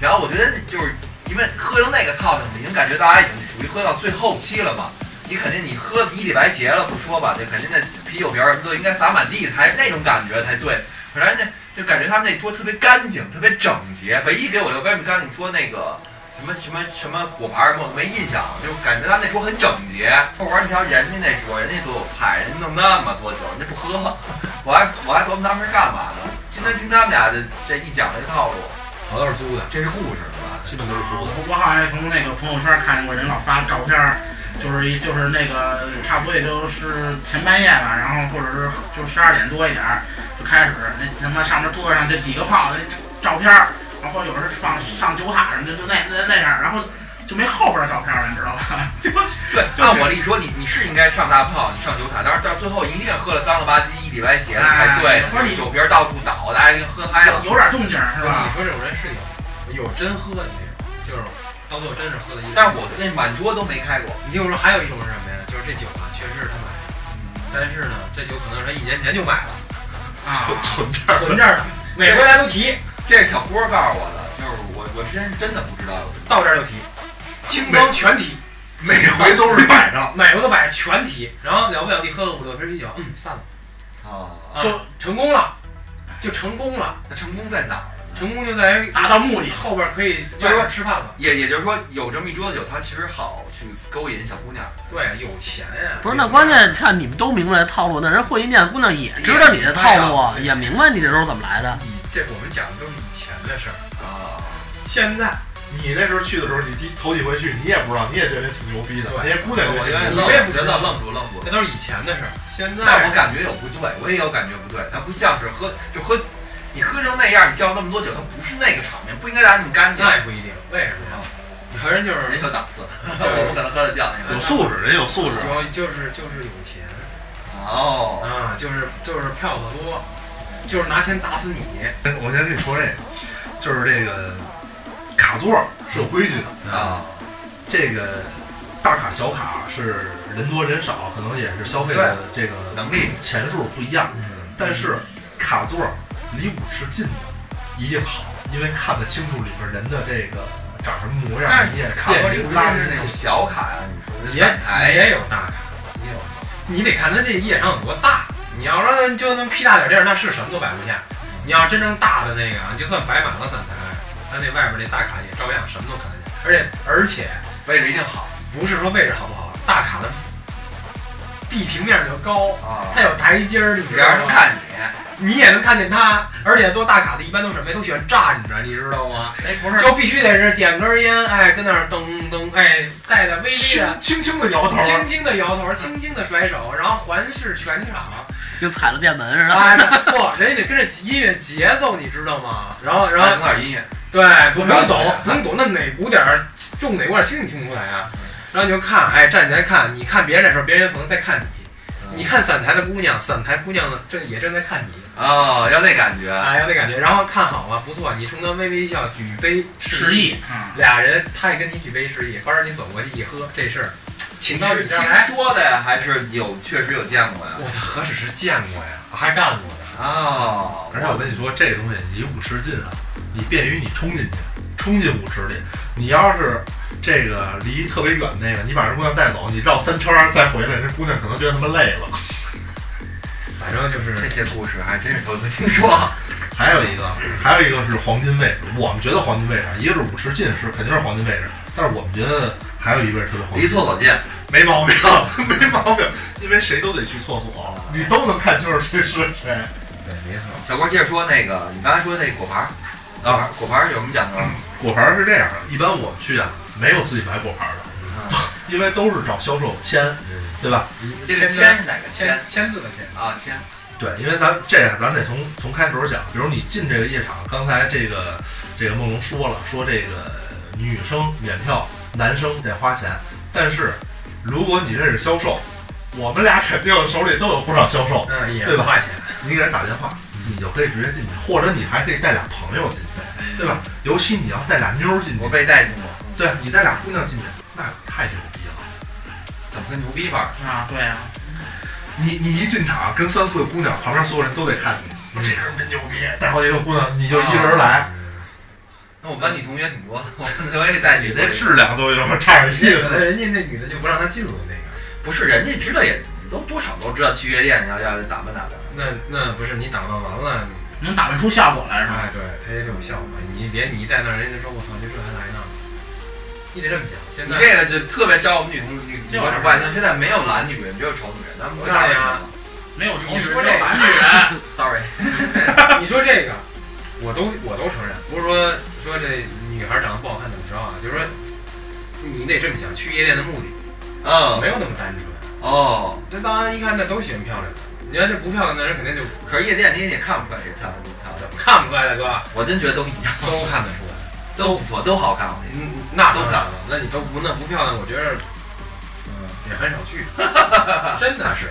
S1: 然后我觉得就是因为喝成那个操性，已经感觉大家已经属于喝到最后期了嘛。你肯定你喝一礼白鞋了不说吧，这肯定那啤酒瓶儿什么都应该洒满地才那种感觉才对。可是人家就感觉他们那桌特别干净，特别整洁。唯一给我留，为什么刚才你说那个什么什么什么果盘什么我都没印象，就感觉他们那桌很整洁。后边你瞧人家那桌，人家多有派，人家弄那么多酒，人家不喝，我还我还琢磨他们是干嘛呢？今天听他们俩这这一讲这套路，
S5: 我都是租的。
S1: 这是故事 是
S6: 基本都是租的。
S7: 我我好像从那个朋友圈看见过人老发照片儿，就是一就是那个差不多也就是前半夜吧，然后或者是就十二点多一点儿就开始，那他妈上面桌子上就几个胖子那照片儿，然后有人放上酒塔什么的，就那那那样，然后就没后边的照片了，你知道吧？ 就
S1: 对，按我理说，你你是应该上大炮，你上酒塔，但是到最后一定喝了脏了吧唧、一礼拜鞋了才对
S7: 哎不是。你
S1: 酒瓶儿到处倒，大家给喝嗨了。
S7: 有点动静儿是
S5: 你？
S7: 吧
S5: 说这种人是有，有真喝的那种，就是到最后真是喝的一。
S1: 但是我那满桌都没开过，
S5: 你听我说，还有一种是什么呀？就是这酒啊，确实是他买的，但是呢，这酒可能是他一年前就买了，
S7: 啊，
S6: 存着
S5: 存这儿了，每回来都提，
S1: 这是小郭告诉我的，就是我我之前是真的不知道有这
S5: 到这儿就提，清装全提，
S6: 每回都是晚 上，
S5: 每回都摆全提，然后了不了地喝个五六瓶啤酒，嗯，散了，
S1: 个啊。
S5: 啊
S7: 就
S5: 成功了，就成功了，
S1: 那成功在哪儿呢？
S5: 成功就在于
S7: 达到目的。
S5: 后边可以
S1: 就是说
S5: 外边吃饭了。
S1: 也也就是说，有这么一桌子酒，它其实好去勾引小姑娘。
S5: 对，有钱呀、
S2: 不是，那关键看你们都明白这套路，那人会阴见姑娘也知道你这套路啊，也明白你这时候怎么来的。
S5: 以这我们讲的都是以前的事儿，
S1: 啊，
S5: 现在
S6: 你那时候去的时候，你第头几回去，你也不知道，你也觉得挺牛逼的，
S5: 对
S6: 那些姑娘
S1: 我
S6: 也
S1: 觉得
S6: 觉
S5: 你
S1: 愣，
S6: 得
S5: 我也不
S1: 我
S5: 知
S1: 觉
S5: 道
S1: 得愣住愣住
S5: 那。都是以前的事儿，现在
S1: 但我感觉有不对，我也有感觉不对，它不像是喝就喝，你喝成那样，你叫那么多酒，它不是那个场面，不应该打那么干净。
S5: 那也不一定，为什么呀？有些人就是
S1: 人家有档次，
S5: 对
S1: 我们可能喝的比较那
S6: 有
S1: 个。
S6: 素质，人有素质。
S5: 有就是就是有钱
S1: 哦，
S5: 啊，就是就是票子多，就是拿钱砸死你。
S1: 啊
S6: 我先跟你说这个，就是这个卡座是有规矩的，
S1: 啊，
S6: 这个大卡小卡是人多人少，可能也是消费的这个
S1: 能力
S6: 钱数不一样，
S5: 嗯
S6: 但是卡座离舞池近的一定好，因为看得清楚里面人的这个长什么模样。
S1: 但
S6: 你也
S1: 是卡罗里不是
S6: 拉得
S1: 那种
S6: 近
S1: 小卡呀，你说这
S5: 也
S1: 散台
S5: 也有大卡，也有，你得看他这夜场有多大。你要说就那么屁大点地儿，那是什么都摆不下。你要真正大的那个，啊就算摆满了散台，他那外边那大卡也照样什么都看得见。而且而且
S1: 位置一定好
S5: 不是说位置好不好，大卡的地平面就高，
S1: 啊，
S5: 它有台阶儿，你知
S1: 别让
S5: 道
S1: 人
S5: 吗？
S1: 看你。
S5: 你也能看见他，而且做大卡的一般都是什么呀？都喜欢站着，你知道吗？
S1: 哎，不是，
S5: 就必须得是点根烟，哎，跟那儿噔噔，哎，带着微微的
S6: 轻轻轻的摇头，
S5: 轻轻的摇头，轻轻的甩手，然后环视全场。
S2: 跟踩了电门似的。
S5: 哎，不，人家得跟着音乐节奏，你知道吗？然后，然
S1: 整
S5: 后，
S1: 点音乐，
S5: 对，不
S1: 不要
S5: 能
S1: 走
S5: 懂，不能懂，那哪鼓点儿重哪鼓点儿轻，你听不出来啊？然后你就看，哎，站起来看，你看别人的时候，别人可能在看你；你看散台的姑娘，散台姑娘呢正也正在看你，
S1: 哦，要那感觉。
S5: 哎，有那感觉。然后看好了，不错，你冲他微微一笑，举杯
S7: 失。忆啊，
S5: 俩人，他也跟你举杯示意，或者你走过去一喝，这事儿请到
S1: 是
S5: 你这
S1: 听
S5: 儿来。
S1: 说的呀，还是有确实有见过呀？
S5: 我他何止是见过呀，还干过呢。
S1: 哦，
S6: 而且我跟你说，这个东西离舞池近啊，你便于你冲进去，冲进舞池里。你要是这个离特别远那个，你把这姑娘带走，你绕三圈儿再回来，这姑娘可能觉得他妈累了。
S5: 反正就是
S1: 这些故事还真是头一次听说。
S6: 还有一个，还有一个是黄金位置，我们觉得黄金位置啊，一个是舞池近是肯定是黄金位置，但是我们觉得还有一个是特别黄
S1: 离
S6: 金，
S1: 厕所近，
S6: 没毛病， 没毛病，因为谁都得去厕所，啊你都能看清楚谁是谁。
S5: 对，没错。
S1: 小郭接着说那个，你刚才说那果盘儿，
S5: 啊
S1: 果盘儿果盘儿有什么讲究？
S5: 嗯
S6: 果盘儿是这样的，一般我们去啊，没有自己买果盘儿的， 因为都是找销售签，对吧？
S1: 这个签是哪个签
S5: 签签字的签，
S1: 啊？签
S6: 对，因为咱这个咱得从从开头讲，比如你进这个夜场，刚才这个这个梦龙说了，说这个女生免票，男生得花钱，但是如果你认识销售，我们俩肯定手里都有不少销售，
S5: 嗯，也
S6: 对
S5: 不
S6: 吧
S5: 花钱。
S6: 你给人打电话，你就可以直接进去，或者你还可以带俩朋友进去，对吧？尤其你要带俩妞儿进去
S1: 我，被带进过，嗯
S6: 对你带俩姑娘进去，那太牛逼了。
S1: 怎么个牛逼法儿？
S7: 啊，对啊，
S6: 你你一进场，跟三四个姑娘，旁边所有人都得看你，说这哥们真牛逼，带好几个姑娘，你就一人来，
S1: 那我们班女同学挺多的， 我我也带
S6: 哎你
S1: 你
S6: 这质量都有点差点意
S5: 那
S6: 思。
S5: 人家那女的就不让他进入那个，
S1: 不是人家知道也都多少都知道去夜店要要打扮打扮。
S5: 那那不是你打扮完了，
S7: 能打扮出效果来是吧？
S5: 哎，对，他也得有效果。你别你一在那儿，人家就说我操，就这还来呢，你得这么想。现
S1: 你
S5: 在
S1: 这个就特别招我们女同女女观众不爱听。现在没有懒女人，只有丑女人，咱们不会大问题了。
S7: 没有同
S5: 你
S7: 时
S5: 说这个
S7: 男女人，
S1: Sorry，
S5: 你说这个，我都我都承认，不是说说这女孩长得不好看怎么着啊，就是说你得这么想，去夜店的目的
S1: 嗯，
S5: 啊没有那么单纯。
S1: 哦，
S5: 这当然一看那都喜欢漂亮的，你要是不漂亮的人肯定就
S1: 可是夜店你也看不出来谁漂亮不漂亮，
S5: 怎么看不出来，大哥
S1: 我真觉得都一样，
S5: 都看得出来。
S1: 都不错，都好看。我跟你
S5: 嗯，那当然了，那你都不那不漂亮，我觉得，嗯，也很少 去，真的是。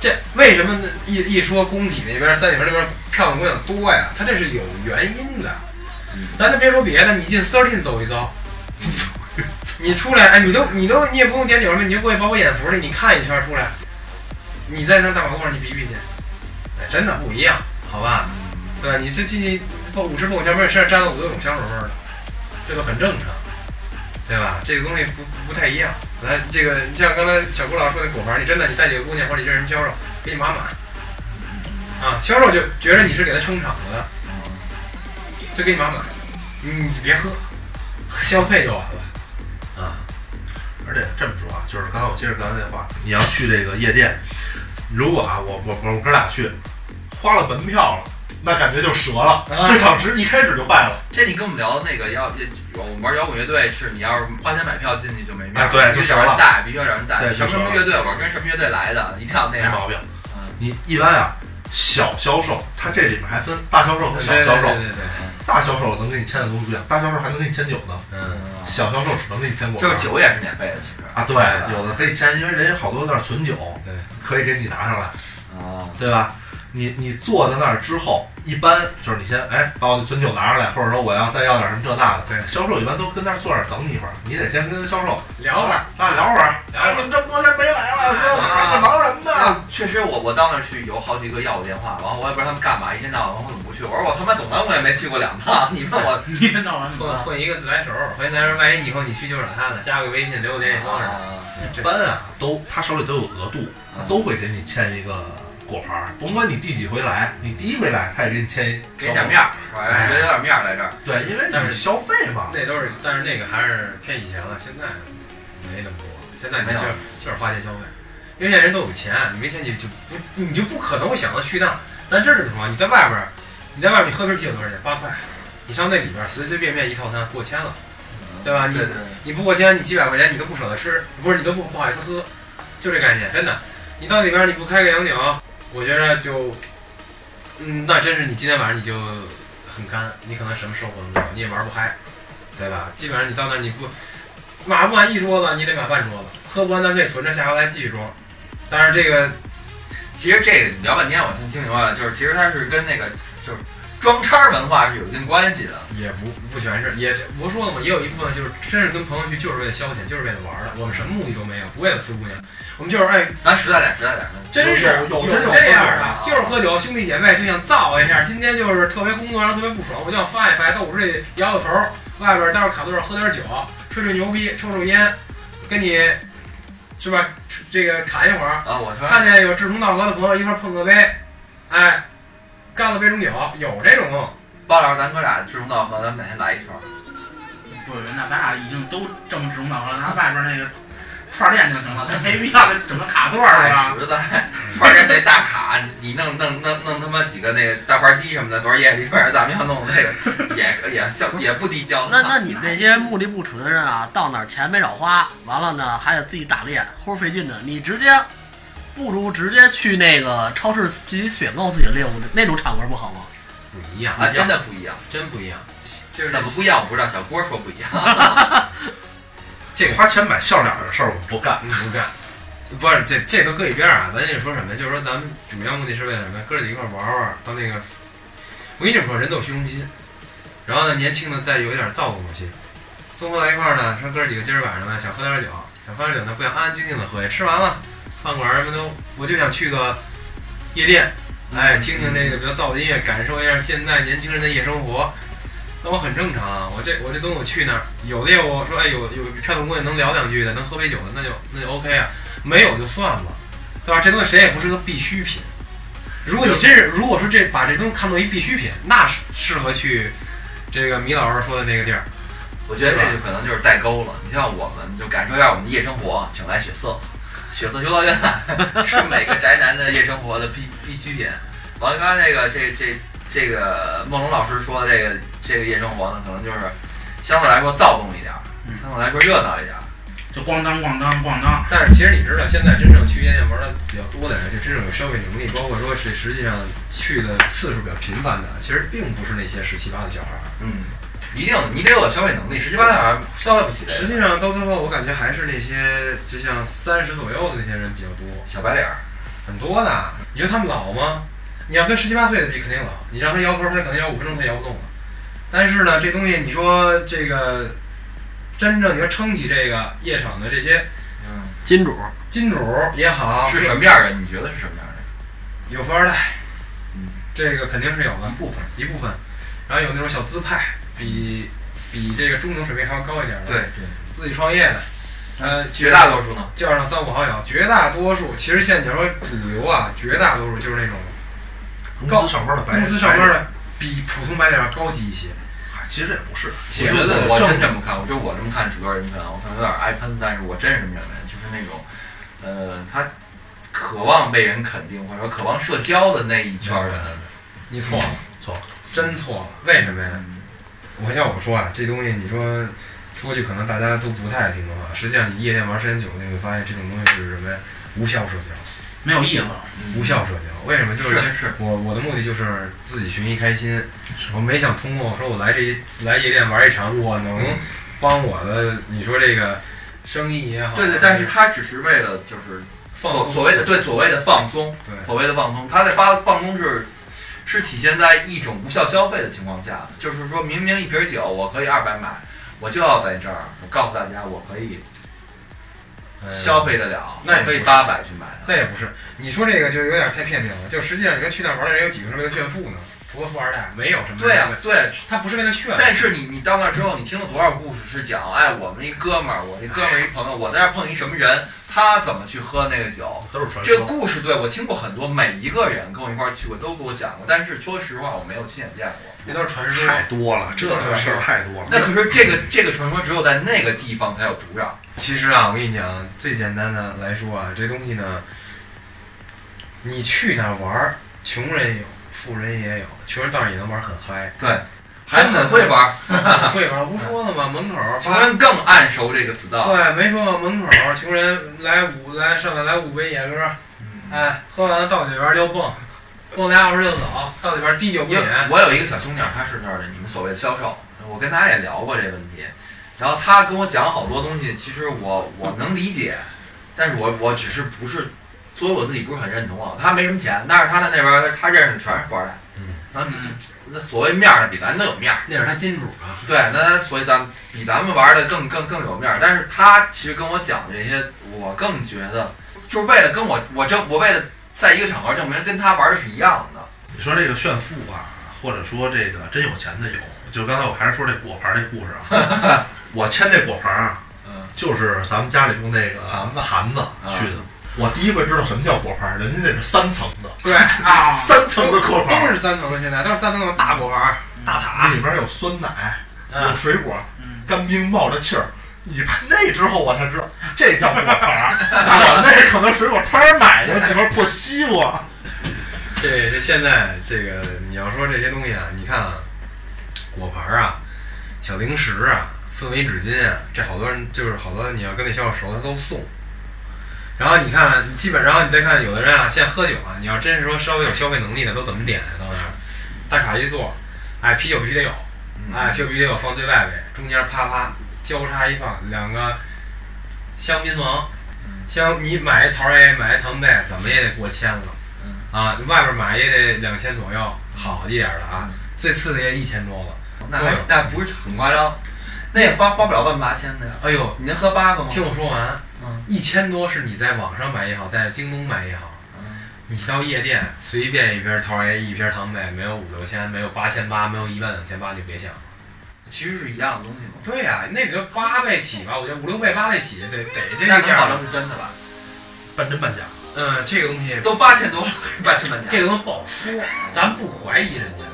S5: 这为什么一一说工体那边、三里屯那边漂亮姑娘多呀？它这是有原因的。咱就别说别的，你进 Thirteen 走一 遭，你出来，哎，你都你都你也不用点酒了，你就过去包括眼福里，你看一圈出来，你在那大马路上你比比去，哎，真的不一样，好吧？对吧？你这进去蹦舞池蹦圈，味儿身上沾了五六种香水味儿了。这都很正常，对吧？这个东西不不太一样。来，这个你像刚才小郭老师说那果盘，你真的你带几个姑娘或者你认识什么销售，给你码码，啊，销售就觉得你是给他撑场子的，就给你码码，你就别喝，消费就完了。啊，
S6: 而且这么说啊，就是刚才我接着刚才那话，你要去这个夜店，如果啊，我我我我哥俩去，花了门票了，那感觉就折了，
S5: 啊
S6: 这场值一开始就败了。
S1: 这你跟我们聊的那个要，我们玩摇滚乐队是你要是花钱买票进去就没面儿，
S6: 哎对
S1: 必须
S6: 就
S1: 找人
S6: 熟了
S1: 带，必须要找人带。
S6: 对
S1: 什么什
S6: 就熟
S1: 么
S6: 了
S1: 乐队，我跟什么乐队来的，一定要那
S6: 没
S1: 样。
S6: 毛病
S1: 嗯。
S6: 你一般啊，小销售，他这里面还分大销售和小
S5: 对
S6: 销售。
S5: 对对对，
S6: 大销售能给你签的东西不一样，大销售还能给你签酒呢，
S5: 嗯，
S6: 小销售只能给你签啊果
S1: 就
S6: 盘。
S1: 是酒也是免费的，其实。
S6: 啊，对，有的可以签，因为人家好多那儿存酒，
S5: 对，
S6: 可以给你拿上来，
S1: 哦，
S6: 对吧？你你坐在那儿之后，一般就是你先哎把我的存酒拿上来，或者说我要再要点什么这那的。
S5: 对
S6: 销售一般都跟那儿坐那儿等你一会儿，你得先跟销售
S5: 聊会儿，
S6: 啊聊会儿，
S5: 聊会儿啊
S6: 哎，怎么这么多天没来了？哥，我看你忙什么呢？
S1: 那确实我，我当时去有好几个要我电话，然后我也不知道他们干嘛，一天到晚问我怎么不去。我说我他妈总南我也没去过两趟，你问 我
S7: 一天到晚 你
S5: 混
S7: 妈
S5: 混一个自来熟，混一自来熟，万一以后你去就找他了，加个微信，留个联系方式，
S1: 啊
S6: 一般啊，都他手里都有额度，他都会给你签一个果盘儿，甭管你第几回来，你第一回来他也给你签一
S1: 给你点面儿，我
S5: 哎
S1: 还觉得有点面儿来这儿。
S6: 对，因为
S5: 但是
S6: 你消费嘛，
S5: 那都是，但是那个还是偏以前了，现在没那么多。现在你
S1: 没有
S5: 就是就是花钱消费，因为现在人都有钱，你没钱你就不你就不可能会想到去那儿。咱真是说，你在外边儿，你在外边儿你喝瓶啤酒多少钱？八块。你上那里边儿随随便便一套餐过千了，对吧？你
S1: 对对对
S5: 你不过千，你几百块钱你都不舍得吃，不是你都不不好意思喝，就这概念，真的。你到里边儿你不开个洋酒，我觉着就，嗯，那真是你今天晚上你就很干，你可能什么收获都没有，你也玩不嗨，对吧？基本上你到那儿你不买不完一桌子，你得买半桌子，喝不完咱可以存着，下回来继续装。但是这个
S1: 其实这个你聊半天，我先听明白了，就是其实它是跟那个就是装叉文化是有一定关系的。
S5: 也不不全是，也这不是说了吗？也有一部分就是真是跟朋友去就是为了消遣，就是为了玩儿的，我们什么目的都没有，不为了吃姑娘，我们就是哎
S1: 咱实在点，实在点，
S5: 真是
S6: 有有真有
S5: 这样
S6: 喝酒
S5: 的
S6: 的，
S5: 就是喝酒，兄弟姐妹就想造一下。今天就是特别工作，然后特别不爽，我就想发一发，到我这里摇摇头，外边待会儿卡座上喝点酒，吹吹牛逼，抽抽烟，跟你是吧？这个侃一会儿，
S1: 啊，我说
S5: 看见有志同道合的朋友一块儿碰个杯，哎，干了杯中酒，有这种
S1: 包老师，咱哥俩志同道合，咱们哪天来一圈儿？
S7: 不，那咱俩已经都这么知道了，咱外边那个串儿店就行了，咱没必要再整个卡
S5: 啊
S7: 座儿
S1: 太
S5: 哎
S7: 是吧？
S1: 实在， 玩店那大卡，你弄弄弄弄他妈几个那个大盘鸡什么的，昨儿夜里边咱们要弄那个，也也消也不低消。
S2: 那那你们这些目的不纯的人啊，到哪儿钱没少花，完了呢还得自己打猎，齁费劲的。你直接不如直接去那个超市自己选购自己的猎物，那种场合不好吗？
S5: 不一样
S1: 啊，真的不一样，
S5: 真不一样，就是
S1: 怎么不一样我不知道，小郭说不 一样。
S5: 这个
S6: 花钱买笑脸的事儿我们不干。
S5: 你不干。不是这这都搁一边儿啊，咱这说什么呀？就是说咱们主要目的是为了什么呀？哥儿几个一块儿玩儿玩儿，到那个，我跟你这么说，人都有虚荣心，然后呢，年轻的再有一点躁动的心，综合到一块儿呢，说哥儿几个今儿晚上呢想喝点酒，想喝点酒呢不想安安静静的喝，吃完了饭馆儿什么都，我就想去个夜店，哎，听听这个比较燥的音乐，感受一下现在年轻人的夜生活。那我很正常啊，我这我这东西我去那儿，有的业务说哎有有漂亮姑娘能聊两句的，能喝杯酒的，那就那就 OK 啊，没有就算了，对吧？这东西谁也不是个必需品。如果你真是如果说这把这东西看作一必需品，那是适合去这个米老师说的那个地儿，
S1: 我觉得这就可能就是代沟了。你像我们，就感受一下我们的夜生活，请来血色，血色修道院 是每个宅男的夜生活的必必需品。完了，刚才这个这这这个梦龙老师说的这个这个夜生活呢，可能就是相对来说躁动一点儿，
S7: 嗯
S1: 相对来说热闹一点儿。
S7: 就咣当咣当咣当，
S5: 但是其实你知道，现在真正去夜店玩的比较多的人，就真正有消费能力，包括说是实际上去的次数比较频繁的，其实并不是那些十七八的小孩儿。
S1: 嗯，一定你得有消费能力，十七八岁好像消费不起这
S5: 实
S1: 个
S5: 际上到最后，我感觉还是那些就像三十左右的那些人比较多，
S1: 小白脸儿。
S5: 很多的。你觉得他们老吗？你要跟十七八岁的比，肯定老。你让他摇头，他可能摇五分钟他摇不动了。但是呢，这东西你说这个真正你说撑起这个夜场的这些
S1: 嗯，
S2: 金主
S5: 金主也好，
S1: 是什么样的？你觉得是什么样的？
S5: 有富二代
S1: 嗯，
S5: 这个肯定是有的
S1: 一。部分。
S5: 啊一部分，然后有那种小资派，比比这个中等水平还要高一点的，
S1: 对，对，
S5: 自己创业的，呃，
S1: 绝大多数呢，
S5: 叫上三五好友，绝大多数，其实现在你要说主流啊，绝大多数就是那种
S6: 公司上班的白
S5: 公司上班，的，比普通白领要高级一些。
S6: 白其实也不是，啊
S1: 其实
S6: 我觉得
S1: 我
S6: 正
S1: 真这么看，我觉得我这么看主要人群啊，我可能有点挨喷，但是我真是这么认为，就是那种，呃，他渴望被人肯定，或者说渴望社交的那一圈人，
S5: 你错了，
S6: 错了，
S5: 真错了。为什么呀？我要我说啊，这东西你说说句可能大家都不太听的话，实际上你夜店玩时间久了，你会发现这种东西是什么呀？无效社交。
S7: 没有意思了。
S1: 嗯
S5: 无效社交。为什么？就
S1: 是
S5: 是其实
S1: 是
S5: 我我的目的就是自己寻一开心，我没想通过我说我来这来夜店玩一场，我能帮我的你说这个生意也好，
S1: 对对，但是他只是为了就是
S5: 放
S1: 所
S5: 松
S1: 所谓的对所谓的放松，
S5: 对
S1: 所谓的放松，他在发放松是是体现在一种无效消费的情况下的，就是说明明一瓶酒我可以二百买，我就要在这儿，我告诉大家我可以
S5: 呃
S1: 消费得了，
S5: 那也不
S1: 可以
S5: 是
S1: 八百去买它。
S5: 那也不是，你说这个就有点太片面了。就实际上，你说去那儿玩的人有几个是为了炫富呢？除了富二代，没有什么人
S1: 对呀、
S5: 为
S1: 对。啊
S5: 他不是为了炫，
S1: 但是你你到那儿之后，你听了多少故事是讲，哎，我们一哥们儿，我一哥们儿一朋友，我在这儿碰一什么人，他怎么去喝那个酒，
S6: 都是传
S1: 这个
S6: 说。
S1: 故事对我听过很多，每一个人跟我一块儿去过都给我讲过，但是说实话我没有亲眼见过。
S5: 那都是传说。
S6: 太多了，这种事儿太多了。
S1: 那可是这个这个传说只有在那个地方才有土壤。
S5: 其实啊，我跟你讲，最简单的来说啊，这东西呢，你去那儿玩儿，穷人有，富人也有，穷人当然也能玩儿很嗨，
S1: 对，
S5: 还
S1: 真很会，玩儿，
S5: 很会玩儿，不说了吗？门口儿
S1: 穷人更暗熟这个词道。
S5: 对，没说吗？门口儿穷人来五来上来来五杯野哥，
S1: 嗯
S5: 哎，喝完了到里边儿就蹦，蹦俩小时就走，到里边儿滴酒不
S1: 因
S5: 饮
S1: 为，我有一个小兄弟儿，他是那儿的你们所谓的销售，我跟他也聊过这问题，然后他跟我讲好多东西，其实我我能理解，但是我我只是不是作为我自己不是很认同啊。他没什么钱，但是他在那边儿他认识的全是富二代，
S5: 嗯，
S1: 然后就是那所谓面儿比咱都有面儿。
S5: 那是他金主啊。
S1: 对，那所以咱们比咱们玩的更更更有面儿。但是他其实跟我讲这些，我更觉得就是为了跟我我证我为了在一个场合证明跟他玩的是一样的。
S6: 你说这个炫富啊，或者说这个真有钱的有，就刚才我还是说这果盘这故事啊， 我签这果盘啊，
S1: 嗯，
S6: 就是咱们家里用那个
S1: 盘
S6: 子嗯盘子去的。我第一回知道什么叫果盘，人家那是三层的，
S5: 对，
S7: 啊，
S6: 三层的果
S5: 都
S6: 盘，
S5: 是三层的，现在都是三层的大果盘儿、大塔。
S6: 里面有酸奶，
S5: 嗯
S6: 有水果，
S7: 嗯
S6: 干冰冒着气儿。你把那之后我才知道这叫果 盘，我那可能水果摊儿买的几块破西瓜。
S5: 这这现在这个你要说这些东西啊，你看啊，果盘儿啊，小零食啊，氛围纸巾啊，这好多人就是好多你要跟那销售熟，他都送。然后你看，基本上你再看有的人啊，现在喝酒啊，你要真是说稍微有消费能力的，都怎么点啊？到那儿大卡一坐，哎，啤酒必须得有，
S1: 嗯
S5: 哎，啤酒必须得有放最外围，中间啪啪交叉一放两个香槟王，香你买一桃 A 买一糖贝，怎么也得过千了。啊，外边买也得两千左右，好一点的啊，最次的也一千多了。
S1: 那还那不是很夸张，那也花花不了万八千的呀。
S5: 哎呦，
S1: 你能喝八个吗？
S5: 听我说完，
S1: 嗯
S5: 一千多是你在网上买也好，在京东买也好，
S1: 嗯
S5: 你到夜店随便一瓶桃爷一瓶糖贝，没有五六千，没有八千八，没有一万两千八，你就别想了。
S1: 其实是一样的东西嘛。
S5: 对呀、那得八倍起吧，我觉得五六倍、八倍起，得得
S1: 那
S5: 这个
S1: 能
S5: 价
S1: 保
S5: 儿。
S1: 证是真的吧？
S6: 半真半假。
S5: 嗯，这个东西
S1: 都 八千多，半成本价
S5: 这。个东西不好说，咱不怀疑人家。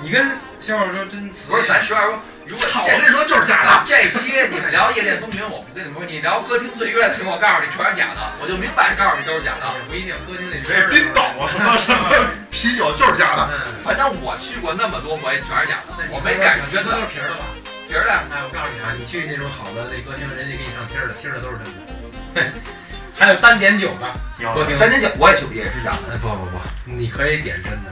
S5: 你跟销售说真瓷，
S1: 不是，咱实话说，如果
S7: 操！我
S1: 这
S7: 跟你说就是假的。
S1: 这期你们聊夜店风云，我不跟你们说；你聊歌厅岁月的时候，我告诉你全是假的，我就明摆着告诉你都是假的。
S5: 啊也不一定，歌厅那
S6: 这冰岛啊，什么什么 啤酒就是假的。
S5: 嗯，
S1: 反正我去过那么多回，全是假的
S5: 那，你
S1: 我没赶上真
S5: 都
S1: 的。
S5: 是皮儿的吧？
S1: 别人的
S5: 哎，我告诉你啊，你去那种好的那歌厅，人家给你上贴儿的，贴儿的都是真的。 还有单点酒的歌厅，
S1: 咱这酒我也去，也是假的。
S5: 哎不不不，你可以点真的，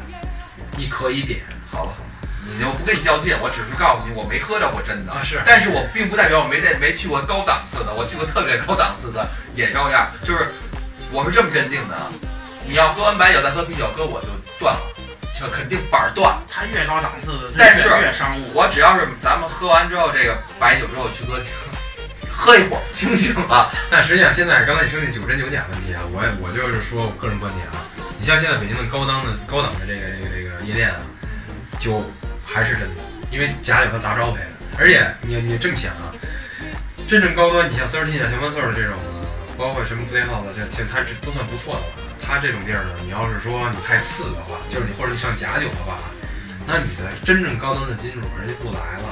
S5: 你可以点
S1: 好了，好了，你就不跟你较劲，我只是告诉你我没喝着过真的。
S5: 啊是
S1: 但是我并不代表我没这没去过高档次的，我去过特别高档次的也照样，就是我是这么认定的啊。你要喝完白酒再喝啤酒，哥我就断了，就肯定板儿断。
S7: 它越高档次的，
S1: 但是
S7: 越越商务。
S1: 我只要是咱们喝完之后，这个白酒之后去歌厅喝一会儿，清醒了，
S5: 但实际上，现在刚才你说那酒真酒假问题啊，我也我就是说我个人观点啊，你像现在北京的高档的高档的这个这个这个夜店啊，酒还是真的，因为假酒它砸招牌的。而且你你这么想啊，真正高端，你像 Thirteen 啊、像 One t h i r 这种啊，包括什么 Playhouse 啊这其实它这都算不错的了。它这种地儿呢，你要是说你太次的话，就是你或者你上假酒的话，那你的真正高端的金主人家不来了，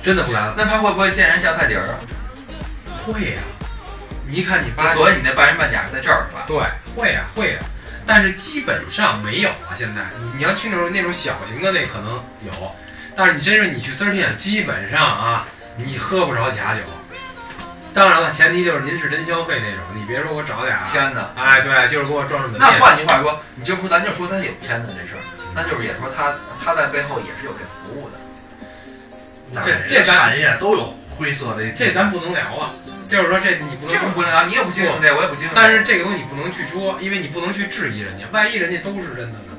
S5: 真的不来了。
S1: 那他会不会见人下菜碟儿啊？
S5: 会呀、你一看你八
S1: 所以你那半真半假是在这儿是吧？
S5: 对，会啊会啊，但是基本上没有啊。现在你你要去那种那种小型的那可能有，但是你真是你去 Thirteen，基本上啊，你喝不着假酒。当然了，前提就是您是真消费那种，你别说我找点儿，
S1: 天哪！
S5: 哎，对，就是给我装什么
S1: 那换句话说，你就说咱就说他有签的这事儿，那哎就是也说他他在背后也是有这服务的。
S5: 这这咱
S6: 产业都有灰色的一
S5: 这咱不能聊啊，就是说这你不能
S1: 这种不能聊，啊你也不经营这，我也不经营这。
S5: 但是这个东西你不能去说，因为你不能去质疑人家，万一人家都是真的呢？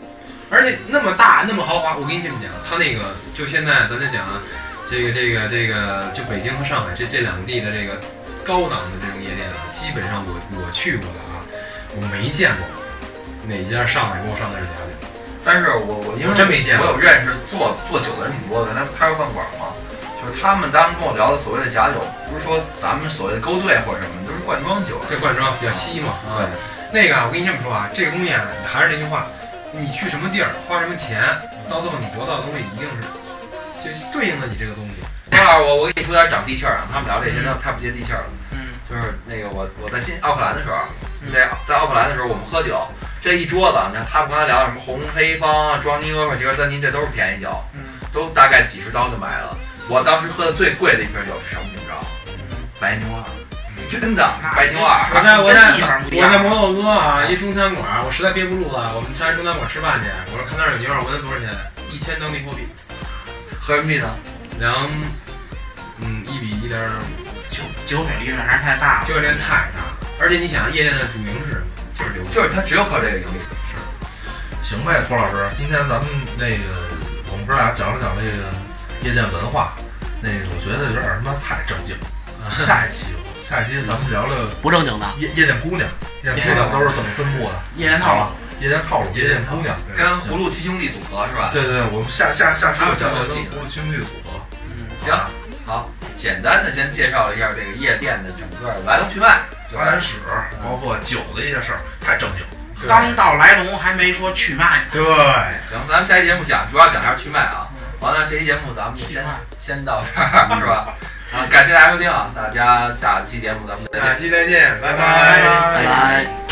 S5: 而且那么大那么豪华，我跟你这么讲，他那个就现在咱就讲啊，这个这个这个，就北京和上海这这两地的这个高档的这种夜店啊，基本上我我去过的啊，我没见过哪家上来给我上的是假酒。
S1: 但是我我因为
S5: 我真没见
S1: 我
S5: 过
S1: 有认识做做酒的人挺多的，他们开过饭馆嘛，就是他们当时跟我聊的所谓的假酒，不是说咱们所谓的勾兑或者什么，都是罐装酒。啊
S5: 这罐装比较稀嘛，
S1: 对，
S5: 啊，那个啊，我跟你这么说啊，这个东西啊，还是那句话，你去什么地儿花什么钱，到最后你得到的东西一定是就是对应的你这个东西。
S1: 那我我跟你说点长地气儿啊，他们聊这些，他他不接地气儿了。
S7: 嗯，
S1: 就是那个我我在新奥克兰的时候，啊在在奥克兰的时候，我们喝酒，这一桌子，你看他们刚才聊什么红黑方啊、庄尼哥克、杰克丹尼，这都是便宜酒，
S5: 嗯
S1: 都大概几十刀就买了。我当时喝的最贵的一瓶酒是什么？你们知道吗？
S7: 嗯
S1: 白牛二，真的白牛
S5: 我
S1: 二。
S5: 在我
S7: 地
S5: 在
S7: 方不一
S5: 我在
S7: 样。
S5: 摩洛哥啊，一中餐馆，我实在憋不住了，我们上一中餐馆吃饭去。我说看那儿有牛肉，我问多少钱，一千当地货币，
S1: 合人民币呢？
S5: 两，嗯，一比一点五，
S7: 酒酒水利润还是太大了。
S5: 这店太大了。而且你想，夜店的主营是什么？就是流
S1: 就是他只有靠这个盈利。
S6: 行呗，托老师，今天咱们那个我们哥俩讲了讲这个夜店文化，那个我觉得有点儿他妈太正经了。 下一期，下一期咱们聊聊
S2: 不正经的，
S6: 夜夜店姑娘，夜店姑娘都是怎么分布的？
S7: 一年
S6: 好
S7: 套路
S6: 了，夜店套啊路，夜店姑娘。
S1: 跟葫芦七兄弟组合是吧？
S6: 对对，我们下下下期
S1: 还有
S6: 我讲
S1: 这
S6: 讲
S1: 个戏
S6: 跟葫芦兄弟组合。啊
S1: 行，好，简单的先介绍了一下这个夜店的整个来龙去脉，对
S6: 发展
S1: 吧？
S6: 史，包括酒的一些事儿，太正经了。
S7: 刚到来龙还没说去卖呢。
S5: 对，
S1: 行，咱们下期节目讲主要讲一下去脉啊。完了，这期节目咱们就先先到这儿，是吧？啊，感谢大家收听啊，大家下期节目咱们再见
S5: 下。期再见，拜
S7: 拜
S5: 拜
S7: 拜
S2: 拜拜。